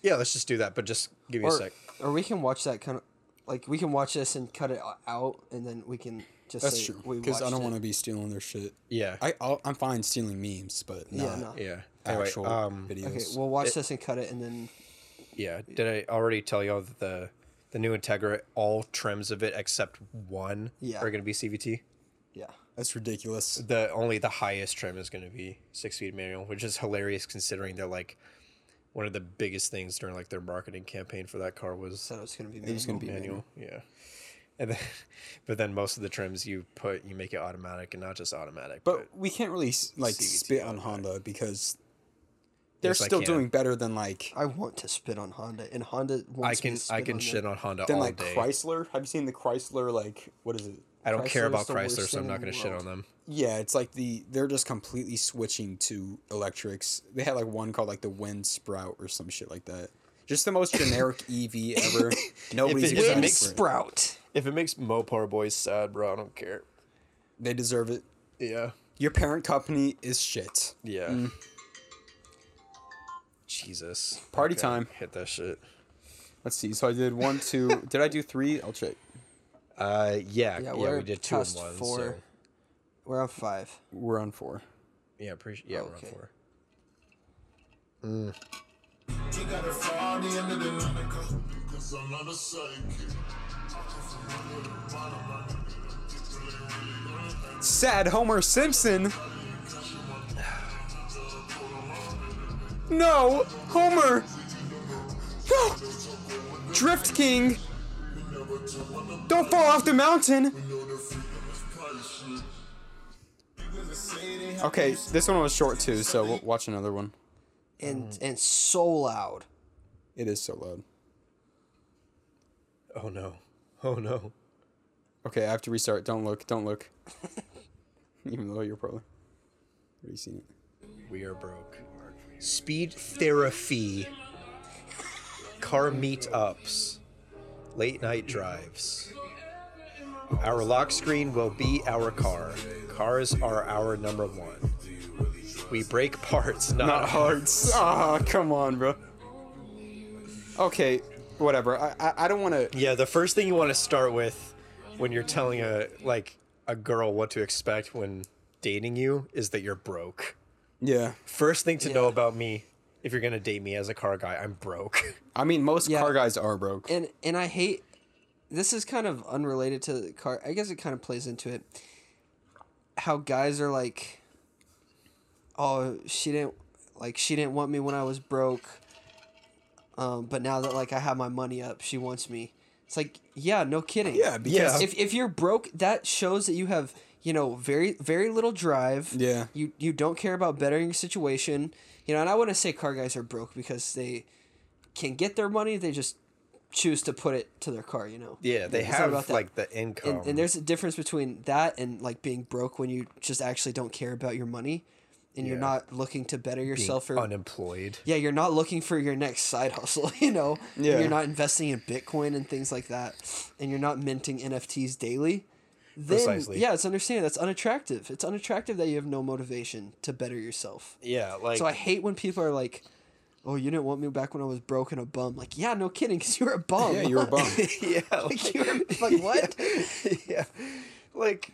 Speaker 2: Yeah, let's just do that. But just give me a
Speaker 3: Or,
Speaker 2: sec.
Speaker 3: or we can watch that kind of like we can watch this and cut it o- out, and then we can just
Speaker 1: That's
Speaker 3: say
Speaker 1: true.
Speaker 3: we
Speaker 1: Because I
Speaker 3: watched
Speaker 1: don't
Speaker 3: it.
Speaker 1: want to be stealing their shit.
Speaker 2: Yeah.
Speaker 1: I I'll, I'm fine stealing memes, but
Speaker 3: Yeah,
Speaker 1: not
Speaker 3: no.
Speaker 2: yeah. Anyway,
Speaker 1: actual
Speaker 2: um,
Speaker 1: videos.
Speaker 3: Okay, we'll watch this and cut it, and then
Speaker 2: Yeah. Did I already tell y'all that the the new Integra, all trims of it except one,
Speaker 3: Yeah.
Speaker 2: are going to be CVT?
Speaker 3: yeah,
Speaker 1: That's ridiculous.
Speaker 2: the only the highest trim is going to be six speed manual, which is hilarious considering they're like one of the biggest things during like their marketing campaign for that car was
Speaker 3: said it was gonna be.
Speaker 1: It's gonna be manual.
Speaker 2: manual. Yeah, and then but then most of the trims you put you make it automatic and not just automatic, but,
Speaker 1: But we can't really s- like
Speaker 2: CVT
Speaker 1: spit on
Speaker 2: automatic.
Speaker 1: Honda because they're
Speaker 2: Yes, I
Speaker 1: still
Speaker 2: can.
Speaker 1: doing better than like
Speaker 3: I want to spit on Honda, and Honda
Speaker 2: I
Speaker 3: wants me
Speaker 2: can
Speaker 3: to
Speaker 2: I
Speaker 3: spit
Speaker 2: can
Speaker 3: on them.
Speaker 2: shit on Honda
Speaker 1: Then
Speaker 2: all
Speaker 1: like
Speaker 2: day.
Speaker 1: Chrysler. Have you seen the Chrysler like what is it?
Speaker 2: I don't care
Speaker 3: Chrysler's
Speaker 2: about
Speaker 3: the worst
Speaker 2: Chrysler, so
Speaker 3: thing
Speaker 2: I'm not
Speaker 3: in the
Speaker 2: going to shit
Speaker 3: world.
Speaker 2: on them.
Speaker 1: Yeah, it's like the they're just completely switching to electrics. They had like one called like the Wind Sprout or some shit like that. Just the most generic EV ever. Nobody's
Speaker 2: it- if it
Speaker 1: excited
Speaker 3: Wind
Speaker 2: makes-
Speaker 1: for it.
Speaker 3: sprout.
Speaker 2: If it makes Mopar boys sad, bro, I don't care.
Speaker 1: They deserve it.
Speaker 2: Yeah,
Speaker 1: Your parent company is shit.
Speaker 2: yeah. Jesus,
Speaker 1: Party time.
Speaker 2: Hit that shit.
Speaker 1: Let's see. So I did one, two. did I do three? I'll check.
Speaker 2: Uh,
Speaker 3: Yeah,
Speaker 2: yeah, yeah,
Speaker 3: we're
Speaker 2: we did two and
Speaker 3: past
Speaker 2: one.
Speaker 3: four.
Speaker 2: So
Speaker 3: We're on five.
Speaker 1: We're on four.
Speaker 2: yeah, pretty yeah, we're on
Speaker 3: Okay.
Speaker 2: four.
Speaker 1: Sad Homer Simpson. No, Homer. No. Drift King. Don't fall off the mountain. Okay, this one was short too, so we'll watch another one.
Speaker 3: and
Speaker 2: Mm-hmm.
Speaker 3: and so loud.
Speaker 1: It is so loud.
Speaker 2: Oh no, oh no.
Speaker 1: Okay, I have to restart. Don't look. Don't look. Even though you're probably already seen it.
Speaker 2: We are broke. Speed therapy. Car meetups. Late night drives. Our lock screen will be our car. Cars are our number one. We break parts, not,
Speaker 1: Not hearts. Ah, come on, bro. Okay, whatever. I I, I don't want to.
Speaker 2: Yeah, the first thing you want to start with when you're telling a like a girl what to expect when dating you is that you're broke.
Speaker 1: Yeah.
Speaker 2: First thing to know about me, if you're gonna date me as a car guy, I'm broke.
Speaker 1: I mean, most
Speaker 3: Yeah.
Speaker 1: car guys are broke.
Speaker 3: And and I hate. This is kind of unrelated to the car. I guess it kind of plays into it. How guys are like, oh, she didn't like she didn't want me when I was broke. Um, but now that like I have my money up, she wants me. It's like, yeah, no kidding.
Speaker 1: Yeah, because
Speaker 2: Yeah.
Speaker 3: if if you're broke, that shows that you have you know, very very little drive.
Speaker 1: Yeah.
Speaker 3: You you don't care about bettering your situation. You know, and I wouldn't say car guys are broke because they can get their money, they just choose to put it to their car, you know.
Speaker 2: Yeah, they
Speaker 3: It's not
Speaker 2: have
Speaker 3: about that.
Speaker 2: like um, the income.
Speaker 3: And, and there's a difference between that and like being broke when you just actually don't care about your money and you're
Speaker 2: Yeah.
Speaker 3: not looking to better
Speaker 2: being
Speaker 3: yourself or
Speaker 2: unemployed.
Speaker 3: yeah, you're not looking for your next side hustle, you know. And
Speaker 2: Yeah.
Speaker 3: You're not investing in Bitcoin and things like that, and you're not minting NFTs daily. Then,
Speaker 2: Precisely.
Speaker 3: Yeah, it's understandable. That's unattractive. It's unattractive that you have no motivation to better yourself.
Speaker 2: Yeah, like
Speaker 3: so I hate when people are like, "Oh, you didn't want me back when I was broke and a bum." Like, yeah, no kidding, because you were a bum.
Speaker 1: Yeah, you were a bum.
Speaker 2: yeah,
Speaker 3: like, you were, like what?
Speaker 2: yeah, like,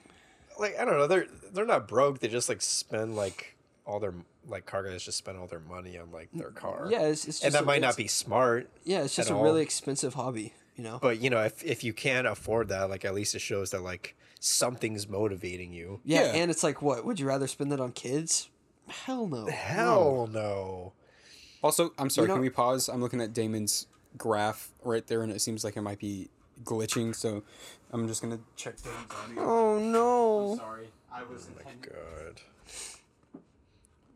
Speaker 2: like I don't know. They're they're not broke. They just like spend like all their like car guys just spend all their money on like their car.
Speaker 3: Yeah, it's- it's
Speaker 2: and
Speaker 3: just
Speaker 2: that
Speaker 3: a-
Speaker 2: might
Speaker 3: it's-
Speaker 2: not be smart.
Speaker 3: Yeah, it's just
Speaker 2: at
Speaker 3: a
Speaker 2: all.
Speaker 3: really expensive hobby, you know.
Speaker 2: But you know, if if you can't afford that, like at least it shows that like something's motivating you.
Speaker 3: Yeah, and it's like, what would you rather spend it on kids? Hell no.
Speaker 2: Hell no.
Speaker 1: Also, I'm sorry.
Speaker 3: You know-
Speaker 1: can we pause? I'm looking at Damon's graph right there, and it seems like it might be glitching. So, I'm just gonna check. Damon's audio.
Speaker 3: Oh no.
Speaker 6: I'm sorry. I was intending
Speaker 2: God.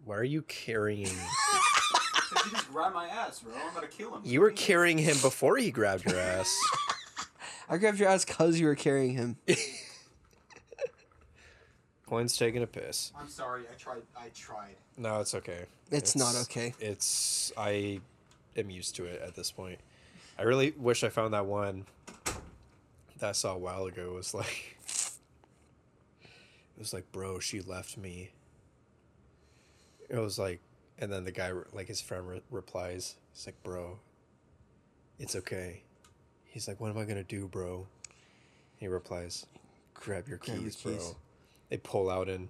Speaker 2: Why are you carrying?
Speaker 6: If you just grab my ass, bro, I'm gonna kill him.
Speaker 2: you were carrying him before he grabbed your ass.
Speaker 3: I grabbed your ass because you were carrying him.
Speaker 2: Coin's taking a piss.
Speaker 6: I'm sorry. I tried. I tried.
Speaker 2: No, it's okay.
Speaker 3: It's not okay.
Speaker 2: It's I am used to it at this point. I really wish I found that one that I saw a while ago. It was like it was like, bro, she left me. It was like, and then the guy, re- like his friend, re- replies, he's like, bro, it's okay. He's like, what am I gonna do, bro? He replies, grab your
Speaker 3: Grab your
Speaker 2: keys,
Speaker 3: keys.
Speaker 2: bro. They pull out in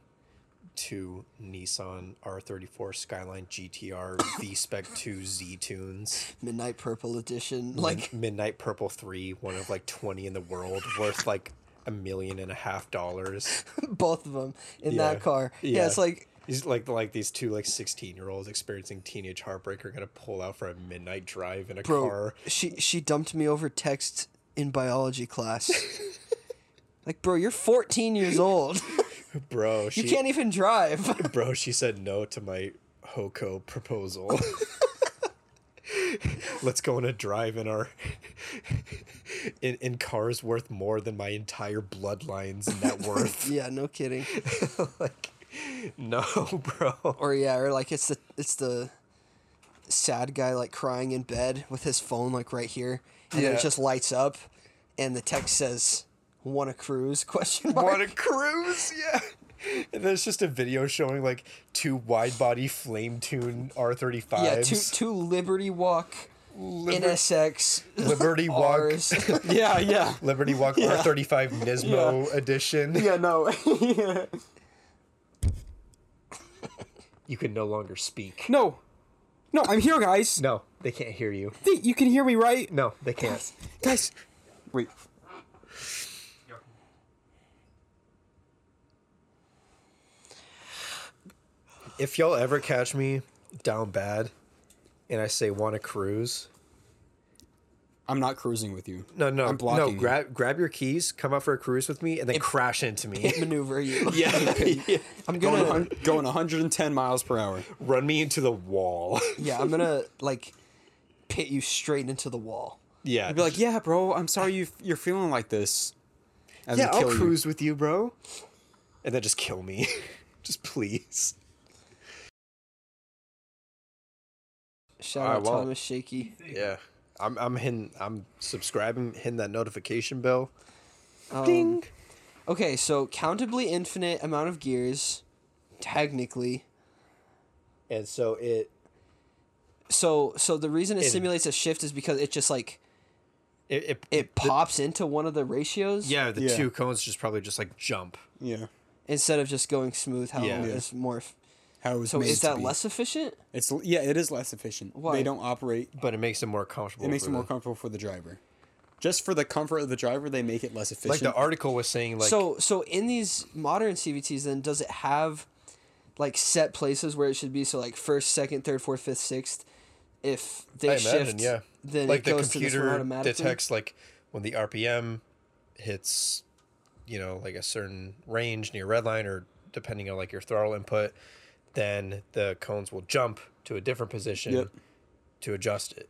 Speaker 2: two Nissan R34 Skyline GTR V Spec 2 Z tunes,
Speaker 3: Midnight Purple Edition.
Speaker 2: like
Speaker 3: Like,
Speaker 2: Midnight Purple 3, one of like 20 in the world, worth like a million and a half dollars.
Speaker 3: both of them in
Speaker 2: Yeah.
Speaker 3: that car. Yeah. it's
Speaker 2: Yeah.
Speaker 3: like,
Speaker 2: These like like these two like sixteen year olds experiencing teenage heartbreak are gonna pull out for a midnight drive in a
Speaker 3: bro,
Speaker 2: car.
Speaker 3: she she dumped me over text in biology class. like, bro, you're 14 years old.
Speaker 2: Bro, she
Speaker 3: you can't e- even drive.
Speaker 2: bro, she said no to my Hoko proposal. Let's go on a drive in our in in cars worth more than my entire bloodline's net worth.
Speaker 3: yeah, no kidding.
Speaker 2: like no, bro.
Speaker 3: Or yeah, or like it's the it's the sad guy like crying in bed with his phone like right here, and then
Speaker 2: Yeah.
Speaker 3: it just lights up, and the text says, "Want a cruise?" Question mark.
Speaker 2: on a cruise, yeah. And then it's just a video showing like two wide body flame tune R thirty
Speaker 3: Yeah,
Speaker 2: fives.
Speaker 3: two two Liberty Walk, NSX,
Speaker 2: Liberty Walk,
Speaker 3: R's.
Speaker 1: Yeah, yeah,
Speaker 2: Liberty Walk R thirty five Nismo edition.
Speaker 1: yeah. No,
Speaker 2: You can no longer speak.
Speaker 1: no, no. I'm here, guys.
Speaker 2: No, they can't hear you.
Speaker 1: Th- You can hear me, right,
Speaker 2: No, they can't.
Speaker 1: guys? Wait.
Speaker 2: If y'all ever catch me down bad and I say want to cruise,
Speaker 1: I'm not cruising with you.
Speaker 2: no, no,
Speaker 1: I'm
Speaker 2: no,
Speaker 1: blocking you.
Speaker 2: grab grab your keys, come out for a cruise with me, and then crash into me,
Speaker 3: maneuver you.
Speaker 1: Yeah,
Speaker 3: I'm
Speaker 1: going, a
Speaker 3: gonna.
Speaker 1: hun- going 110 miles per hour.
Speaker 2: run me into the wall.
Speaker 3: Yeah, I'm gonna like pit you straight into the wall.
Speaker 2: yeah,
Speaker 1: I'd be like, yeah, bro. I'm sorry you you're feeling like this. And
Speaker 2: yeah,
Speaker 1: then
Speaker 2: I'll
Speaker 1: kill you.
Speaker 2: cruise with you, bro, and then just kill me, just please.
Speaker 3: Shout
Speaker 2: Alright,
Speaker 3: out
Speaker 2: well-
Speaker 3: Thomas Shaky.
Speaker 2: Yeah, I'm I'm hitting I'm subscribing, hitting that notification bell.
Speaker 3: Um,
Speaker 2: Ding.
Speaker 3: Okay, so countably infinite amount of gears, technically.
Speaker 2: And so it
Speaker 3: So so the reason it
Speaker 2: It-
Speaker 3: simulates a shift is because it just like
Speaker 2: it it,
Speaker 3: it
Speaker 2: the-
Speaker 3: pops into one of the ratios.
Speaker 2: yeah, the
Speaker 1: Yeah.
Speaker 2: two cones just probably just like jump.
Speaker 1: Yeah.
Speaker 3: Instead of just going smooth, how
Speaker 2: Yeah.
Speaker 3: it's more. f-
Speaker 1: How it was
Speaker 3: So
Speaker 1: made
Speaker 3: is
Speaker 1: to
Speaker 3: that
Speaker 1: be.
Speaker 3: less efficient?
Speaker 1: It's yeah, it is less efficient.
Speaker 3: Why?
Speaker 1: They don't operate.
Speaker 2: but it makes it more comfortable.
Speaker 1: It makes
Speaker 2: for
Speaker 1: it more
Speaker 2: the-
Speaker 1: comfortable for the driver. Just for the comfort of the driver, they make it less efficient.
Speaker 2: Like the article was saying, like
Speaker 3: so so in these modern CVTs, then does it have like set places where it should be? So like first, second, third, fourth, fifth, sixth. If they
Speaker 2: I
Speaker 3: shift,
Speaker 2: imagine, yeah,
Speaker 3: then
Speaker 2: like
Speaker 3: it
Speaker 2: the
Speaker 3: goes to this one
Speaker 2: computer
Speaker 3: automatically.
Speaker 2: detects like when the RPM hits you know like a certain range near red line or depending on like your throttle input, then the cones will jump to a different position
Speaker 3: Yep.
Speaker 2: to adjust it.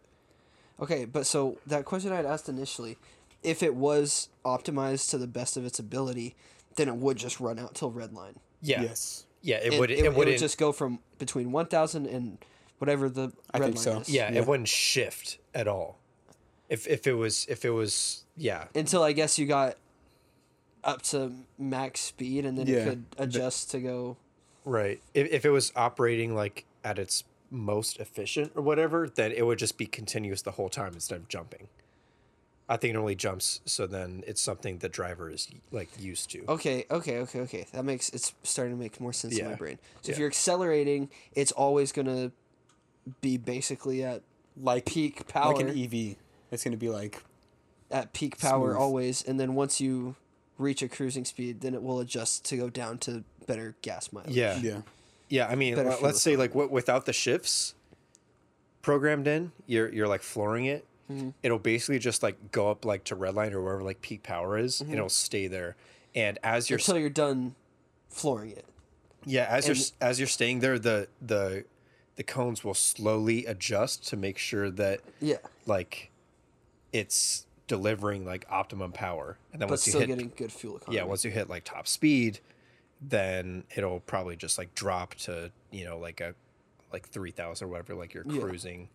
Speaker 3: Okay, but so that question I'd asked initially, if it was optimized to the best of its ability, then it would just run out till red line.
Speaker 2: Yeah.
Speaker 1: Yes.
Speaker 2: Yeah, it, would. It,
Speaker 3: It, would
Speaker 2: wouldn't
Speaker 3: just go from between one thousand and whatever the
Speaker 1: I
Speaker 3: red line
Speaker 1: think so.
Speaker 3: is.
Speaker 2: yeah,
Speaker 1: yeah.
Speaker 2: it wouldn't shift at all. If if it was if it was yeah
Speaker 3: Until I guess you got up to max speed, and then
Speaker 1: Yeah,
Speaker 3: it could
Speaker 1: but-
Speaker 3: adjust to go.
Speaker 2: Right. If, if it was operating like at its most efficient or whatever, then it would just be continuous the whole time instead of jumping. I think it only jumps, so then it's something the driver is like used to.
Speaker 3: Okay, okay, okay, okay. That makes it's starting to make more sense in
Speaker 2: Yeah,
Speaker 3: my brain. So if
Speaker 2: yeah.
Speaker 3: you're accelerating, it's always gonna be basically at
Speaker 1: Like
Speaker 3: peak power.
Speaker 1: Like an
Speaker 2: E
Speaker 1: EV. It's going to be like
Speaker 3: at peak power
Speaker 1: Smooth.
Speaker 3: always, and then once you reach a cruising speed, then it will adjust to go down to better gas mileage.
Speaker 2: Yeah. Yeah.
Speaker 1: yeah.
Speaker 2: I mean,
Speaker 3: Better
Speaker 2: let-
Speaker 3: fuel
Speaker 2: let's say like what without the shifts programmed in, you're you're like flooring it.
Speaker 3: Mm-hmm.
Speaker 2: It'll basically just like go up like to red line or wherever like peak power is,
Speaker 3: Mm-hmm.
Speaker 2: and it'll stay there. And as you're
Speaker 3: until you're done flooring it.
Speaker 2: Yeah, as you're
Speaker 3: And-
Speaker 2: s- as you're staying there, the the the cones will slowly adjust to make sure that
Speaker 3: Yeah,
Speaker 2: like it's delivering like optimum power, and then
Speaker 3: but
Speaker 2: once you
Speaker 3: still
Speaker 2: hit
Speaker 3: getting good fuel economy.
Speaker 2: yeah, once you hit like top speed, then it'll probably just like drop to you know like a like three thousand or whatever like your
Speaker 3: Yeah.
Speaker 2: cruising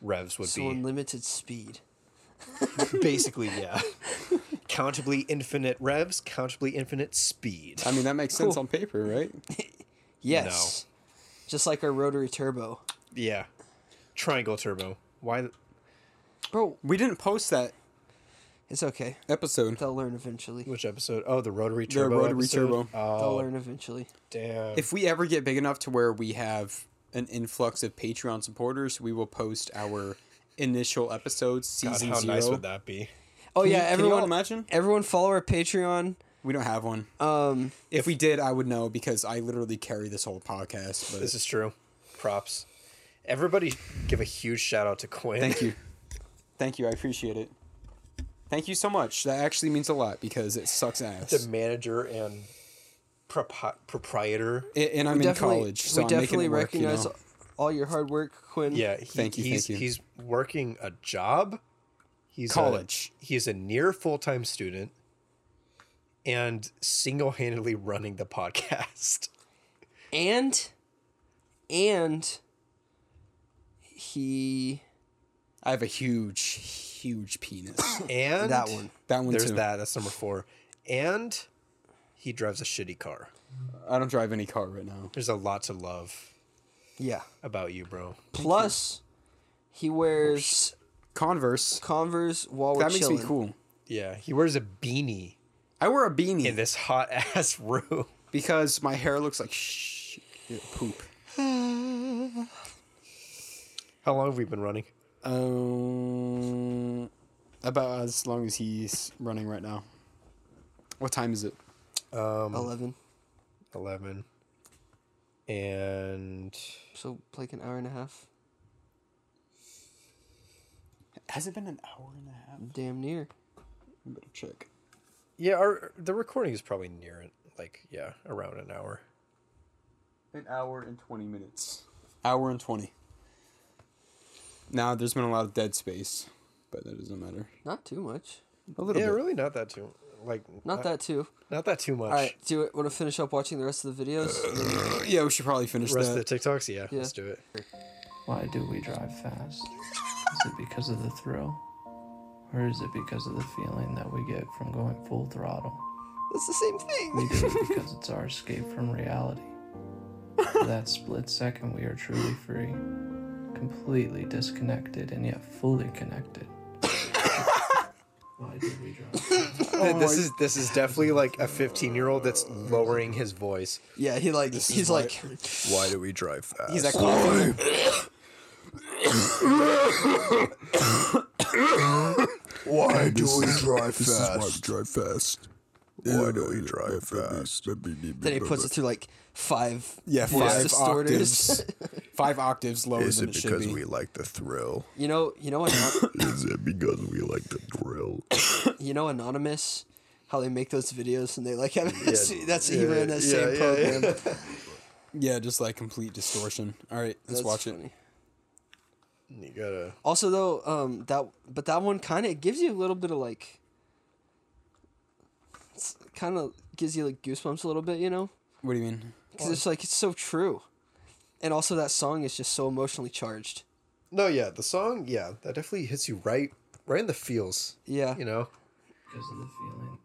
Speaker 2: revs would
Speaker 3: so
Speaker 2: be
Speaker 3: unlimited speed.
Speaker 2: basically yeah countably infinite revs countably infinite speed
Speaker 1: I mean, that makes sense
Speaker 3: Cool.
Speaker 1: on paper, right?
Speaker 3: Yes, just like our rotary turbo,
Speaker 2: yeah triangle turbo why th-
Speaker 3: bro.
Speaker 1: We didn't post that
Speaker 3: It's okay.
Speaker 1: episode.
Speaker 3: They'll learn eventually.
Speaker 2: Which episode? Oh, the rotary
Speaker 1: The
Speaker 2: turbo.
Speaker 1: rotary
Speaker 2: episode?
Speaker 1: turbo.
Speaker 3: They'll
Speaker 2: Oh,
Speaker 3: learn eventually.
Speaker 2: damn.
Speaker 1: If we ever get big enough to where we have an influx of Patreon supporters, we will post our initial episodes,
Speaker 2: God,
Speaker 1: season
Speaker 2: how
Speaker 1: zero.
Speaker 2: nice would that be?
Speaker 3: Oh
Speaker 1: Can you-
Speaker 3: yeah,
Speaker 1: can you
Speaker 3: everyone.
Speaker 1: imagine?
Speaker 3: Everyone follow our Patreon.
Speaker 1: We don't have one.
Speaker 3: Um,
Speaker 1: if we did, I would know because I literally carry this whole podcast. But
Speaker 2: This is true. Props. Everybody, give a huge shout out to Quinn.
Speaker 1: thank you, thank you. I appreciate it. Thank you so much. That actually means a lot because it sucks ass.
Speaker 2: the manager and propo- proprietor.
Speaker 1: A- and I'm in college, so
Speaker 3: we
Speaker 1: I'm making
Speaker 3: definitely
Speaker 1: it work,
Speaker 3: recognize
Speaker 1: you know?
Speaker 3: all your hard work, Quinn.
Speaker 2: Yeah, he-
Speaker 1: Thank you,
Speaker 2: He's,
Speaker 1: thank you.
Speaker 2: He's working a job. He's a-
Speaker 1: College.
Speaker 2: he's a near full time student, and single handedly running the podcast.
Speaker 3: and and he
Speaker 1: I have a huge, huge penis.
Speaker 2: And
Speaker 3: that one
Speaker 1: That one
Speaker 2: There's
Speaker 1: too.
Speaker 2: that. That's number four. And he drives a shitty car.
Speaker 1: I don't drive any car right now.
Speaker 2: There's a lot to love
Speaker 3: yeah
Speaker 2: about you, bro.
Speaker 3: plus he wears
Speaker 1: Converse.
Speaker 3: converse while we're
Speaker 1: that makes me
Speaker 3: chilling.
Speaker 1: cool.
Speaker 2: Yeah, he wears a beanie
Speaker 1: I wear a beanie
Speaker 2: in this hot ass room.
Speaker 1: because my hair looks like sh- poop.
Speaker 2: How long have we been running?
Speaker 1: Um, about as long as he's running right now. What time is it?
Speaker 3: 11
Speaker 2: Eleven. And
Speaker 3: so like an hour and a half
Speaker 1: Has it been an hour and a half?
Speaker 3: damn near
Speaker 1: I better check.
Speaker 2: yeah, our the recording is probably near it. Like yeah, around an hour.
Speaker 1: An hour and twenty minutes. Hour and twenty. Now there's been a lot of dead space, but that doesn't matter.
Speaker 3: not too much
Speaker 1: A little
Speaker 2: Yeah,
Speaker 1: bit.
Speaker 2: really not that too. Like
Speaker 3: not that too
Speaker 2: not that too Uh, much.
Speaker 3: all right do you want to finish up watching the rest of the videos
Speaker 1: Yeah, we should probably finish
Speaker 2: Rest
Speaker 1: that.
Speaker 2: of the TikToks, yeah,
Speaker 3: Yeah.
Speaker 2: let's do it.
Speaker 11: Why do we drive fast? Is it because of the thrill? Or is it because of the feeling that we get from going full throttle?
Speaker 3: that's the same
Speaker 11: We
Speaker 3: thing
Speaker 11: do it because it's our escape from reality. For that split second, we are truly free, completely disconnected, and yet fully connected. Why do we drive
Speaker 2: this
Speaker 3: Oh,
Speaker 2: is this is definitely like a 15 year old that's lowering his voice.
Speaker 3: yeah he like he's like
Speaker 2: Why do we drive fast?
Speaker 1: He's like, coughing.
Speaker 2: Why do we
Speaker 6: drive fast.
Speaker 1: drive fast.
Speaker 2: Why do we drive fast?
Speaker 3: then he puts it through like five
Speaker 1: Yeah,
Speaker 3: voice
Speaker 1: five
Speaker 3: distorters.
Speaker 1: octaves. five octaves lower than it, should be.
Speaker 2: like the thrill?
Speaker 3: you know you know what
Speaker 2: Is it because we like the thrill?
Speaker 3: you know anonymous how they make those videos and they like have
Speaker 1: Yeah,
Speaker 3: that's he
Speaker 1: yeah,
Speaker 3: ran that
Speaker 1: yeah,
Speaker 3: same
Speaker 1: yeah,
Speaker 3: program.
Speaker 1: yeah. Yeah, just like complete distortion. All right, let's
Speaker 3: That's
Speaker 1: watch it.
Speaker 2: You gotta.
Speaker 3: Also though, um that but that one kind of gives you a little bit of like it's kind of gives you like goosebumps a little bit, you know?
Speaker 1: What do you mean?
Speaker 3: Cuz it's like it's so true. And also that song is just so emotionally charged.
Speaker 2: No, yeah, the song, yeah, that definitely hits you right, right in the feels.
Speaker 3: Yeah,
Speaker 2: you know.
Speaker 11: Because of the feeling.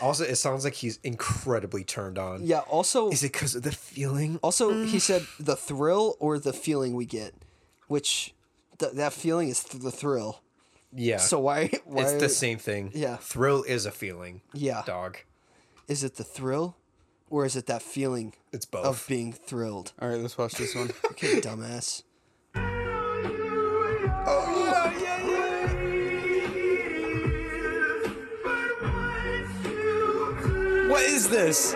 Speaker 2: Also, it sounds like he's incredibly turned on.
Speaker 3: Yeah, also Is
Speaker 2: it cuz of the feeling?
Speaker 3: Also, he said the thrill or the feeling we get, which th- that feeling is th- the thrill.
Speaker 2: Yeah.
Speaker 3: So why why
Speaker 2: it's
Speaker 3: are-
Speaker 2: the same thing.
Speaker 3: Yeah.
Speaker 2: Thrill is a feeling.
Speaker 3: Yeah.
Speaker 2: Dog.
Speaker 3: Is it the thrill or is it that feeling
Speaker 2: it's
Speaker 3: of being thrilled?
Speaker 1: All right, let's watch this one.
Speaker 3: okay, dumbass.
Speaker 2: Oh yeah, yeah,
Speaker 1: yeah. What is this?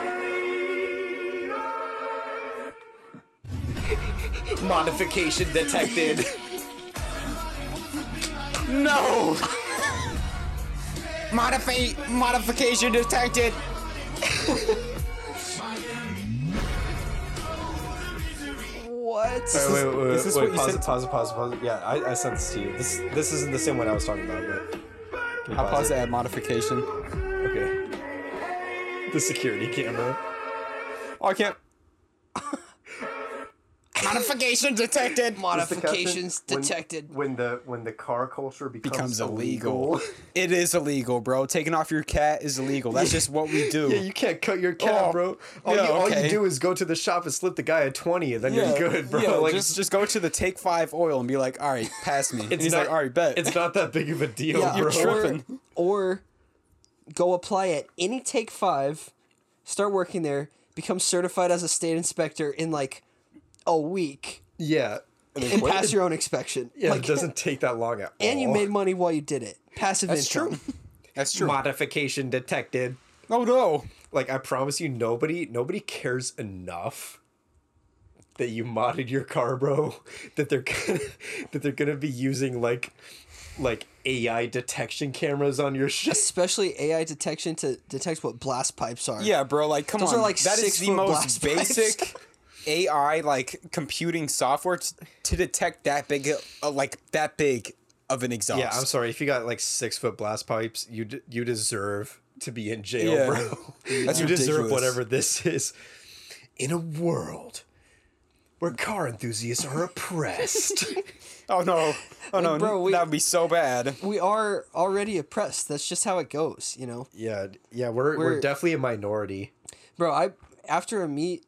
Speaker 12: Modification detected.
Speaker 1: No. Modify modification detected.
Speaker 3: What?
Speaker 2: Wait, wait, wait, wait,
Speaker 1: Is this
Speaker 2: wait,
Speaker 1: what you
Speaker 2: pause,
Speaker 1: said?
Speaker 2: it, pause it, pause it, pause it. Yeah, I, I sent this to you. This this isn't the same one I was talking about, but
Speaker 1: I paused to add modification.
Speaker 2: Okay. The security camera.
Speaker 1: Oh, I can't.
Speaker 3: Modification detected. Modifications detected.
Speaker 2: When, the when the car culture becomes,
Speaker 1: Becomes illegal. it is illegal, bro. Taking off your cat is illegal. That's just what we do.
Speaker 2: Yeah, you can't cut your cat,
Speaker 1: Oh,
Speaker 2: bro. All,
Speaker 1: yeah,
Speaker 2: you, all
Speaker 1: okay.
Speaker 2: you do is go to the shop and slip the guy a twenty, and then
Speaker 1: Yeah,
Speaker 2: you're good, bro.
Speaker 1: yeah,
Speaker 2: like
Speaker 1: just just go to the Take Five Oil and be like, all right, pass me. And he's like, all right, bet.
Speaker 2: It's not that big of a deal,
Speaker 1: Yeah,
Speaker 2: bro.
Speaker 1: you're tripping.
Speaker 3: Or go apply at any Take Five, start working there, become certified as a state inspector in like a week,
Speaker 2: Yeah.
Speaker 3: and pass your own inspection.
Speaker 2: Yeah,
Speaker 3: like,
Speaker 2: it doesn't take that long at all.
Speaker 3: and you made money while you did it. Passive income.
Speaker 1: That's
Speaker 2: true. Modification detected.
Speaker 1: Oh no.
Speaker 2: Like I promise you nobody nobody cares enough that you modded your car, bro, that they're gonna, that they're going to be using like like AI detection cameras on your shit.
Speaker 3: Especially AI detection to detect what blast pipes are.
Speaker 1: Yeah, bro. Like, come
Speaker 3: Those
Speaker 1: on.
Speaker 3: Are like
Speaker 1: that is
Speaker 3: six
Speaker 1: the
Speaker 3: foot
Speaker 1: most
Speaker 3: blast pipes.
Speaker 1: basic AI like computing software t- to detect that big, uh, like that big of an exhaust.
Speaker 2: Yeah, I'm sorry if you got like 6-foot blast pipes, you d- you deserve to be in jail,
Speaker 1: Yeah.
Speaker 2: bro.
Speaker 1: That's
Speaker 2: you deserve
Speaker 1: ridiculous.
Speaker 2: whatever this is. In a world where car enthusiasts are oppressed.
Speaker 1: Oh no. Oh no.
Speaker 3: Like, bro, we-
Speaker 1: that would be so bad.
Speaker 3: We are already oppressed. That's just how it goes, you know.
Speaker 2: Yeah, yeah, we're, we're
Speaker 3: We're-
Speaker 2: definitely a minority.
Speaker 3: Bro, I after a meet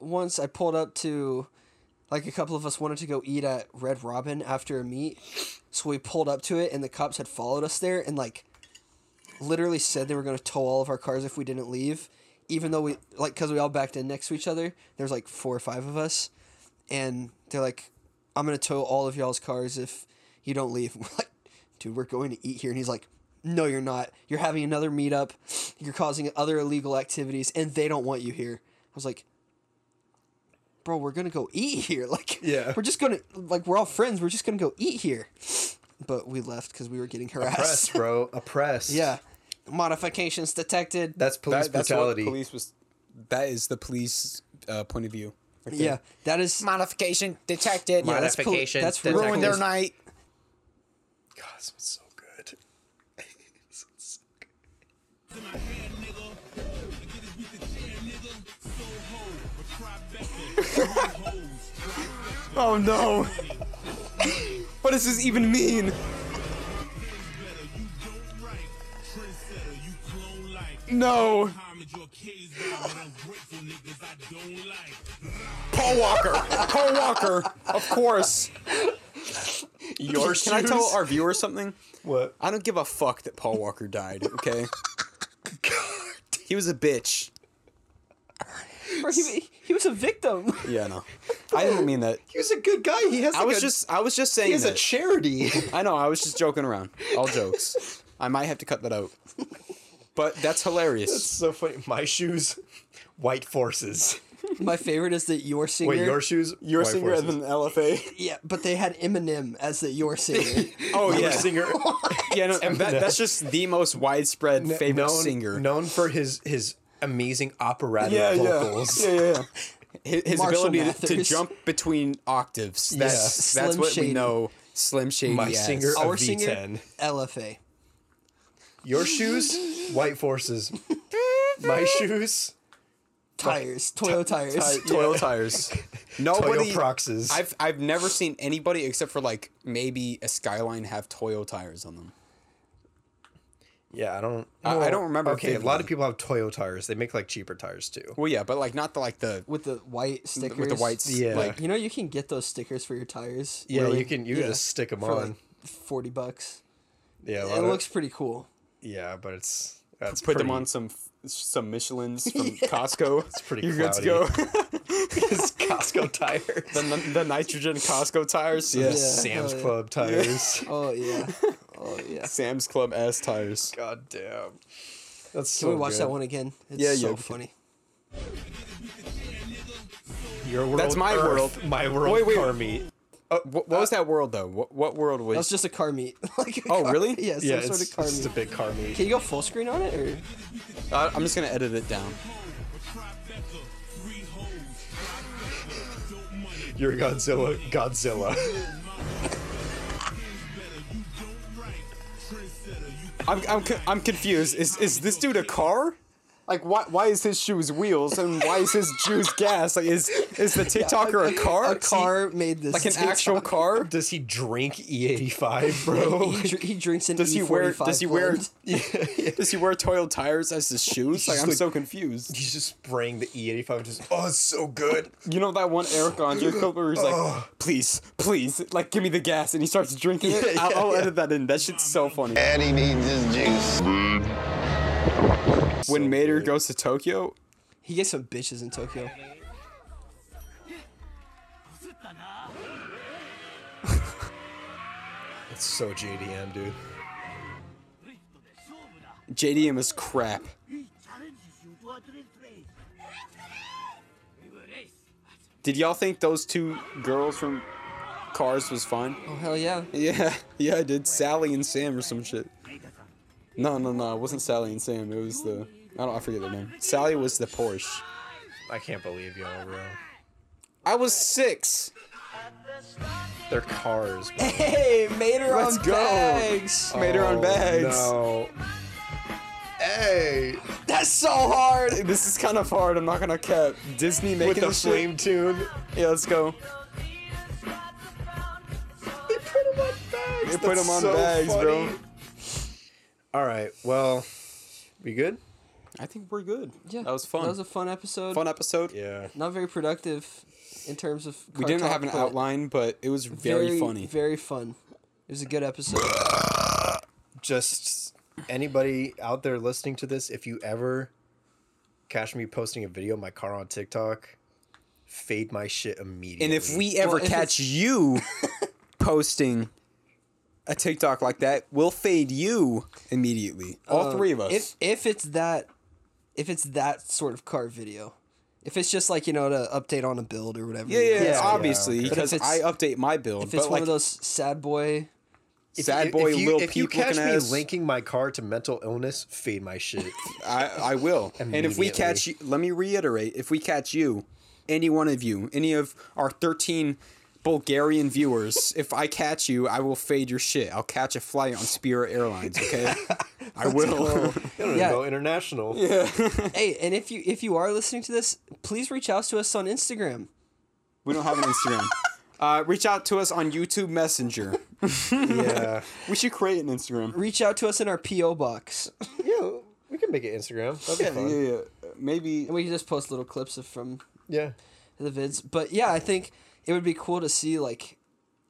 Speaker 3: once I pulled up to like a couple of us wanted to go eat at Red Robin after a meet. So we pulled up to it and the cops had followed us there and like literally said they were going to tow all of our cars if we didn't leave even though we like cuz we all backed in next to each other. There's like four or five of us and they're like I'm going to tow all of y'all's cars if you don't leave. We're like dude, we're going to eat here and he's like no, you're not. You're having another meetup. You're causing other illegal activities, and they don't want you here. I was like, bro, we're gonna go eat here. Like,
Speaker 2: Yeah.
Speaker 3: we're just gonna like we're all friends. We're just gonna go eat here. But we left because we were getting
Speaker 2: Oppressed,
Speaker 3: harassed.
Speaker 2: bro. Oppressed.
Speaker 3: yeah, modifications detected.
Speaker 2: That's police
Speaker 1: That- that's
Speaker 2: brutality.
Speaker 1: What police was. That is the police uh, point of view. right there.
Speaker 3: Yeah, that is
Speaker 1: modification detected.
Speaker 3: Yeah, that's poli- Modification that's ruined
Speaker 1: ruined
Speaker 3: detected.
Speaker 1: their
Speaker 3: their
Speaker 1: night.
Speaker 2: God, this one's so good. This one's so good.
Speaker 1: Oh no! what does this even mean? Mm. No! Paul Walker! Paul Walker! Of course!
Speaker 2: Your
Speaker 1: Can I tell
Speaker 2: shoes?
Speaker 1: our viewers something?
Speaker 2: What?
Speaker 1: I don't give a fuck that Paul Walker died, okay? He was a bitch.
Speaker 3: Bro, he, he was a victim.
Speaker 1: Yeah, no. I didn't mean that.
Speaker 2: He was a good guy. He has.
Speaker 1: I
Speaker 2: like,
Speaker 1: was
Speaker 2: a-
Speaker 1: just I was just
Speaker 2: He
Speaker 1: saying
Speaker 2: has a
Speaker 1: that.
Speaker 2: charity.
Speaker 1: I know. I was just joking around. All jokes. I might have to cut that out. But that's hilarious.
Speaker 2: That's so funny. My shoes, white forces.
Speaker 3: My favorite is that your singer.
Speaker 2: your shoes?
Speaker 1: Your
Speaker 2: White
Speaker 1: singer and then LFA.
Speaker 3: Yeah, but they had Eminem as the your singer.
Speaker 1: Oh
Speaker 3: Your
Speaker 1: yeah,
Speaker 3: singer.
Speaker 1: yeah, no, that, that's just the most widespread
Speaker 2: Kn-
Speaker 1: favorite
Speaker 2: known,
Speaker 1: singer.
Speaker 2: known for his his amazing operatic
Speaker 1: Yeah, yeah.
Speaker 2: vocals.
Speaker 1: Yeah, yeah, His, his
Speaker 3: Marshall
Speaker 1: ability to, to
Speaker 3: Mathers.
Speaker 1: jump between octaves. That's
Speaker 2: Yes.
Speaker 1: that's
Speaker 3: Slim
Speaker 1: what
Speaker 3: Shady.
Speaker 1: we know. Slim Shady.
Speaker 2: My
Speaker 1: as.
Speaker 2: singer
Speaker 3: Our
Speaker 2: of
Speaker 3: singer,
Speaker 2: V10.
Speaker 3: LFA.
Speaker 2: Your shoes, White Forces. My shoes,
Speaker 3: Tires. Toyo
Speaker 1: Ti-
Speaker 3: tires.
Speaker 1: toil Uh, tires. Nobody.
Speaker 2: Toyo Proxes.
Speaker 1: I've I've never seen anybody except for like maybe a Skyline have Toyo tires on them.
Speaker 2: yeah, I don't.
Speaker 1: I- I don't remember
Speaker 2: Okay, a lot
Speaker 1: vividly.
Speaker 2: of people have Toyo tires. They make like cheaper tires too.
Speaker 1: Well, yeah, but like not the like the
Speaker 3: With the white stickers.
Speaker 1: with the whites.
Speaker 2: Yeah.
Speaker 1: Like,
Speaker 3: You know you can get those stickers for your tires.
Speaker 2: Yeah,
Speaker 3: Really?
Speaker 2: you can you
Speaker 3: Yeah.
Speaker 2: just stick them
Speaker 3: For
Speaker 2: on.
Speaker 3: like forty bucks.
Speaker 2: yeah, a lot
Speaker 3: It
Speaker 2: of-
Speaker 3: looks pretty cool.
Speaker 2: Yeah, but it's that's
Speaker 1: put them
Speaker 2: pretty-
Speaker 1: on some some Michelin's from Costco. It's
Speaker 2: pretty
Speaker 1: You're good to
Speaker 2: cloudy.
Speaker 1: go.
Speaker 2: It's Costco tires.
Speaker 1: the, the nitrogen Costco tires.
Speaker 2: Yeah,
Speaker 1: Yes.
Speaker 2: Sam's
Speaker 3: oh, yeah.
Speaker 2: Club tires.
Speaker 3: Oh yeah. Oh yeah.
Speaker 1: Sam's Club S tires.
Speaker 2: Oh God damn. That's so
Speaker 3: Can we watch
Speaker 2: good.
Speaker 3: that one again? It's
Speaker 1: Yeah,
Speaker 3: so
Speaker 1: yeah.
Speaker 3: funny.
Speaker 2: Your world.
Speaker 1: That's my
Speaker 2: Earth,
Speaker 1: world.
Speaker 2: My world.
Speaker 1: Wait, wait.
Speaker 2: car meet.
Speaker 1: What, Uh, what was that world though? What, what world was?
Speaker 3: That was just a car meet. like a
Speaker 1: Oh,
Speaker 3: car-
Speaker 1: really?
Speaker 3: Yeah, some
Speaker 2: Yeah,
Speaker 3: sort
Speaker 2: it's,
Speaker 3: of car
Speaker 2: it's
Speaker 3: meet.
Speaker 2: a big car meet.
Speaker 3: Can you go full screen on it or
Speaker 1: I, Uh, I'm just gonna edit it down.
Speaker 2: You're Godzilla. Godzilla.
Speaker 1: I'm I'm, co- I'm confused. Is is this dude a car? Like why why is his shoes wheels and why is his shoes gas? Like is is the TikToker a car?
Speaker 3: a car made this?
Speaker 1: like an
Speaker 3: TikTok.
Speaker 1: actual car?
Speaker 2: Does he drink E85, bro?
Speaker 3: He, dr- he drinks an
Speaker 1: Does he wear?
Speaker 3: E45
Speaker 1: Does he wear?
Speaker 3: Blend.
Speaker 1: Does he wear toil tires as his shoes? Like
Speaker 2: just
Speaker 1: I'm
Speaker 2: like-
Speaker 1: so confused.
Speaker 2: He's just spraying the E85. Just oh, it's so good.
Speaker 1: You know that one Eric Andre clip where he's
Speaker 2: Oh.
Speaker 1: like, "Please, please, like give me the gas," and he starts drinking it. I'll, I'll edit that in. That shit's so funny.
Speaker 12: And he needs his juice.
Speaker 1: when Mater goes to Tokyo,
Speaker 3: He gets some bitches in Tokyo.
Speaker 2: It's so JDM, dude.
Speaker 1: JDM is crap. Did y'all think those two girls from Cars was fun?
Speaker 3: Oh hell yeah!
Speaker 1: Yeah, yeah, I did. Sally and Sam or some shit. No, no, no, it wasn't Sally and Sam. It was the I don't I forget their name. Sally was the Porsche.
Speaker 2: I can't believe y'all, bro.
Speaker 1: I was six.
Speaker 2: They're cars. Bro. Oh,
Speaker 3: Hey, Mater
Speaker 1: Let's
Speaker 3: on
Speaker 1: go.
Speaker 3: bags.
Speaker 1: Made her on bags.
Speaker 2: No. Hey,
Speaker 3: That's so hard.
Speaker 1: This is kind of hard. I'm not gonna cap. Disney making
Speaker 2: with the
Speaker 1: this
Speaker 2: flame tune.
Speaker 1: Shit. Yeah, let's go.
Speaker 2: They put him on bags.
Speaker 1: They put
Speaker 2: That's
Speaker 1: him on
Speaker 2: so
Speaker 1: bags, bro.
Speaker 2: funny. All right. Well, we good?
Speaker 1: I think we're good.
Speaker 3: Yeah,
Speaker 1: that was fun.
Speaker 3: That was a fun episode.
Speaker 1: fun episode.
Speaker 2: Yeah.
Speaker 3: Not very productive in terms of.
Speaker 1: We
Speaker 3: car
Speaker 1: didn't
Speaker 3: talk,
Speaker 1: have an
Speaker 3: but
Speaker 1: outline, but it was very, funny.
Speaker 3: Very fun. It was a good episode.
Speaker 2: Just anybody out there listening to this, if you ever catch me posting a video of my car on TikTok, fade my shit immediately.
Speaker 1: and if we ever
Speaker 3: Well, if
Speaker 1: catch you posting a TikTok like that, we'll fade you immediately. All three of us.
Speaker 3: Uh, If if it's that, if it's that sort of car video, if it's just like you know to update on a build or whatever.
Speaker 1: yeah, yeah,
Speaker 3: you know,
Speaker 2: yeah,
Speaker 1: obviously
Speaker 2: okay.
Speaker 1: because
Speaker 3: But if
Speaker 1: I
Speaker 3: it's-
Speaker 1: update my build.
Speaker 3: If it's
Speaker 1: but
Speaker 3: one
Speaker 1: like
Speaker 3: of those sad boy,
Speaker 1: sad boy,
Speaker 2: if you,
Speaker 1: little
Speaker 2: if you
Speaker 1: peep
Speaker 2: catch
Speaker 1: looking
Speaker 2: me
Speaker 1: ass,
Speaker 2: linking my car to mental illness, fade my shit.
Speaker 1: I, I will. And if we catch you, let me reiterate: if we catch you, any one of you, any of our thirteen Bulgarian viewers, if I catch you, I will fade your shit. I'll catch a flight on Spirit Airlines. Okay, I will.
Speaker 2: I don't
Speaker 3: Yeah.
Speaker 2: know, international.
Speaker 3: hey, and if you if you are listening to this, please reach out to us on Instagram.
Speaker 1: we don't have an Instagram. Uh, reach out to us on YouTube Messenger.
Speaker 2: yeah.
Speaker 1: We should create an Instagram.
Speaker 3: Reach out to us in our PO box,
Speaker 2: Yeah, we can make it Instagram. That'd be
Speaker 1: Yeah,
Speaker 2: fun.
Speaker 1: yeah, yeah. Maybe
Speaker 3: and we can just post little clips of from
Speaker 2: Yeah.
Speaker 3: the vids. But yeah, I think it would be cool to see like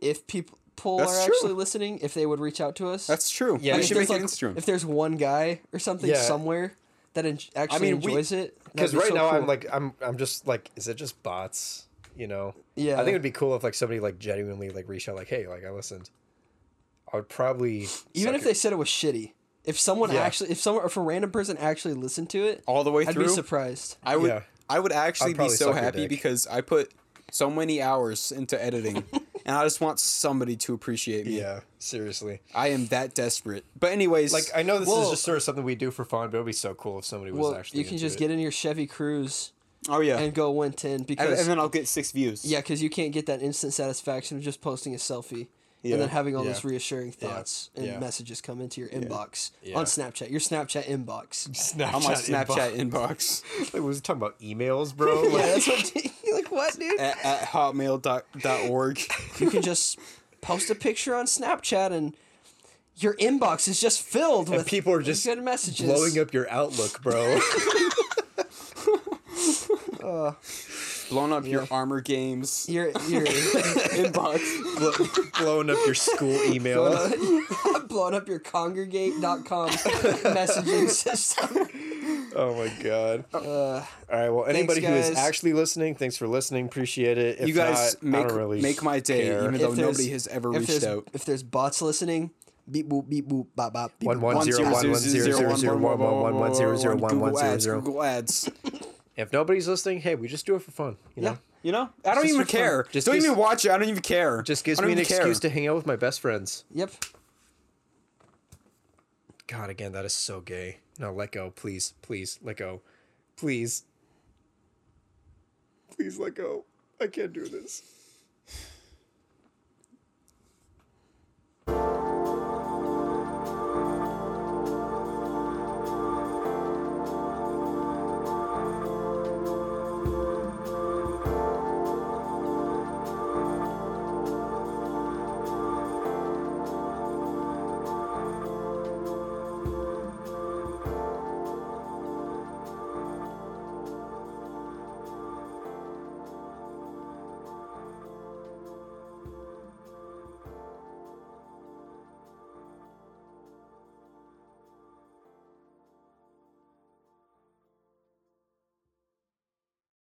Speaker 3: if people
Speaker 1: That's
Speaker 3: are
Speaker 1: true.
Speaker 3: actually listening, if they would reach out to us.
Speaker 1: that's true.
Speaker 2: Yeah,
Speaker 1: we
Speaker 2: if
Speaker 1: should
Speaker 3: there's
Speaker 1: make
Speaker 3: like,
Speaker 1: an Instagram.
Speaker 3: If there's one guy or something
Speaker 2: Yeah.
Speaker 3: somewhere that en- actually
Speaker 1: mean, we-
Speaker 3: enjoys it, that'd
Speaker 2: Because
Speaker 3: be
Speaker 2: right
Speaker 3: so
Speaker 2: now I'm
Speaker 3: cool.
Speaker 2: like I'm I'm just like is it just bots? You know.
Speaker 3: Yeah.
Speaker 2: I think it'd be cool if like somebody like genuinely like reached out like hey like I listened. I would probably
Speaker 3: even
Speaker 2: suck
Speaker 3: if they
Speaker 2: it.
Speaker 3: said it was shitty, if someone
Speaker 2: Yeah.
Speaker 3: actually, if someone, if a random person actually listened to it
Speaker 1: All the way
Speaker 3: I'd
Speaker 1: through.
Speaker 3: be surprised.
Speaker 1: I would.
Speaker 2: Yeah.
Speaker 1: I would actually be
Speaker 2: probably
Speaker 1: so
Speaker 2: suck your
Speaker 1: happy
Speaker 2: dick.
Speaker 1: because I put so many hours into editing, and I just want somebody to appreciate me.
Speaker 2: Yeah, seriously.
Speaker 1: I am that desperate. But anyways,
Speaker 2: Like I know this is
Speaker 1: well-
Speaker 2: just sort of something we do for fun, but it'd be so cool if somebody was
Speaker 3: well,
Speaker 2: actually.
Speaker 3: you can
Speaker 2: into
Speaker 3: just
Speaker 2: it.
Speaker 3: get in your Chevy Cruise.
Speaker 1: Oh yeah,
Speaker 3: and go win ten
Speaker 1: and,
Speaker 3: because
Speaker 1: and then I'll get six views.
Speaker 3: yeah, because you can't get that instant satisfaction of just posting a selfie
Speaker 1: Yeah.
Speaker 3: and then having all
Speaker 1: Yeah.
Speaker 3: those reassuring
Speaker 1: Yeah.
Speaker 3: thoughts and
Speaker 1: Yeah.
Speaker 3: messages come into your
Speaker 1: Yeah.
Speaker 3: inbox
Speaker 2: Yeah.
Speaker 3: on Snapchat. Your Snapchat inbox.
Speaker 2: Snapchat
Speaker 1: on my Snapchat inbox.
Speaker 2: like, was he talking about emails, bro?
Speaker 3: yeah,
Speaker 2: Like,
Speaker 3: that's what. like what, dude?
Speaker 1: at, at hotmail.org.
Speaker 3: You can just post a picture on Snapchat and your inbox is just filled
Speaker 2: and
Speaker 3: with
Speaker 2: people are just
Speaker 3: good messages.
Speaker 2: blowing up your Outlook, bro.
Speaker 1: Blown up your armor games.
Speaker 3: Your your
Speaker 1: inbox.
Speaker 2: Blow- blowing up your school email.
Speaker 3: blowing up your congregate.com messaging system.
Speaker 2: Oh my god.
Speaker 1: Uh,
Speaker 2: All right. Well, anybody who is
Speaker 3: guys.
Speaker 2: actually listening, thanks for listening. Appreciate it. If
Speaker 1: you guys
Speaker 2: not, I
Speaker 1: make
Speaker 2: don't really
Speaker 1: make my day,
Speaker 2: care.
Speaker 1: even
Speaker 3: If
Speaker 1: though
Speaker 3: there's-
Speaker 1: nobody has ever
Speaker 3: if
Speaker 1: reached
Speaker 3: there's-
Speaker 1: out.
Speaker 3: If there's bots listening, beep boop beep boop bop bop. Beep,
Speaker 2: One,
Speaker 3: boop,
Speaker 2: one,
Speaker 3: bop.
Speaker 2: zero, one, one, zero, zero, zero, one, one, one, one, zero, zero, one, one,
Speaker 1: Google
Speaker 2: zero,
Speaker 1: ads,
Speaker 2: zero.
Speaker 1: Google ads.
Speaker 2: If nobody's listening, hey, we just do it for fun. You know,
Speaker 1: You know, I don't
Speaker 2: Just
Speaker 1: even
Speaker 2: for fun.
Speaker 1: care.
Speaker 2: Just
Speaker 1: Just don't
Speaker 2: gives-
Speaker 1: even watch it. I don't even care.
Speaker 2: just gives
Speaker 1: I don't
Speaker 2: me an
Speaker 1: even care.
Speaker 2: excuse to hang out with my best friends.
Speaker 3: Yep.
Speaker 2: God, again, that is so gay. No, let go, please, please, let go, please, please, let go. I can't do this.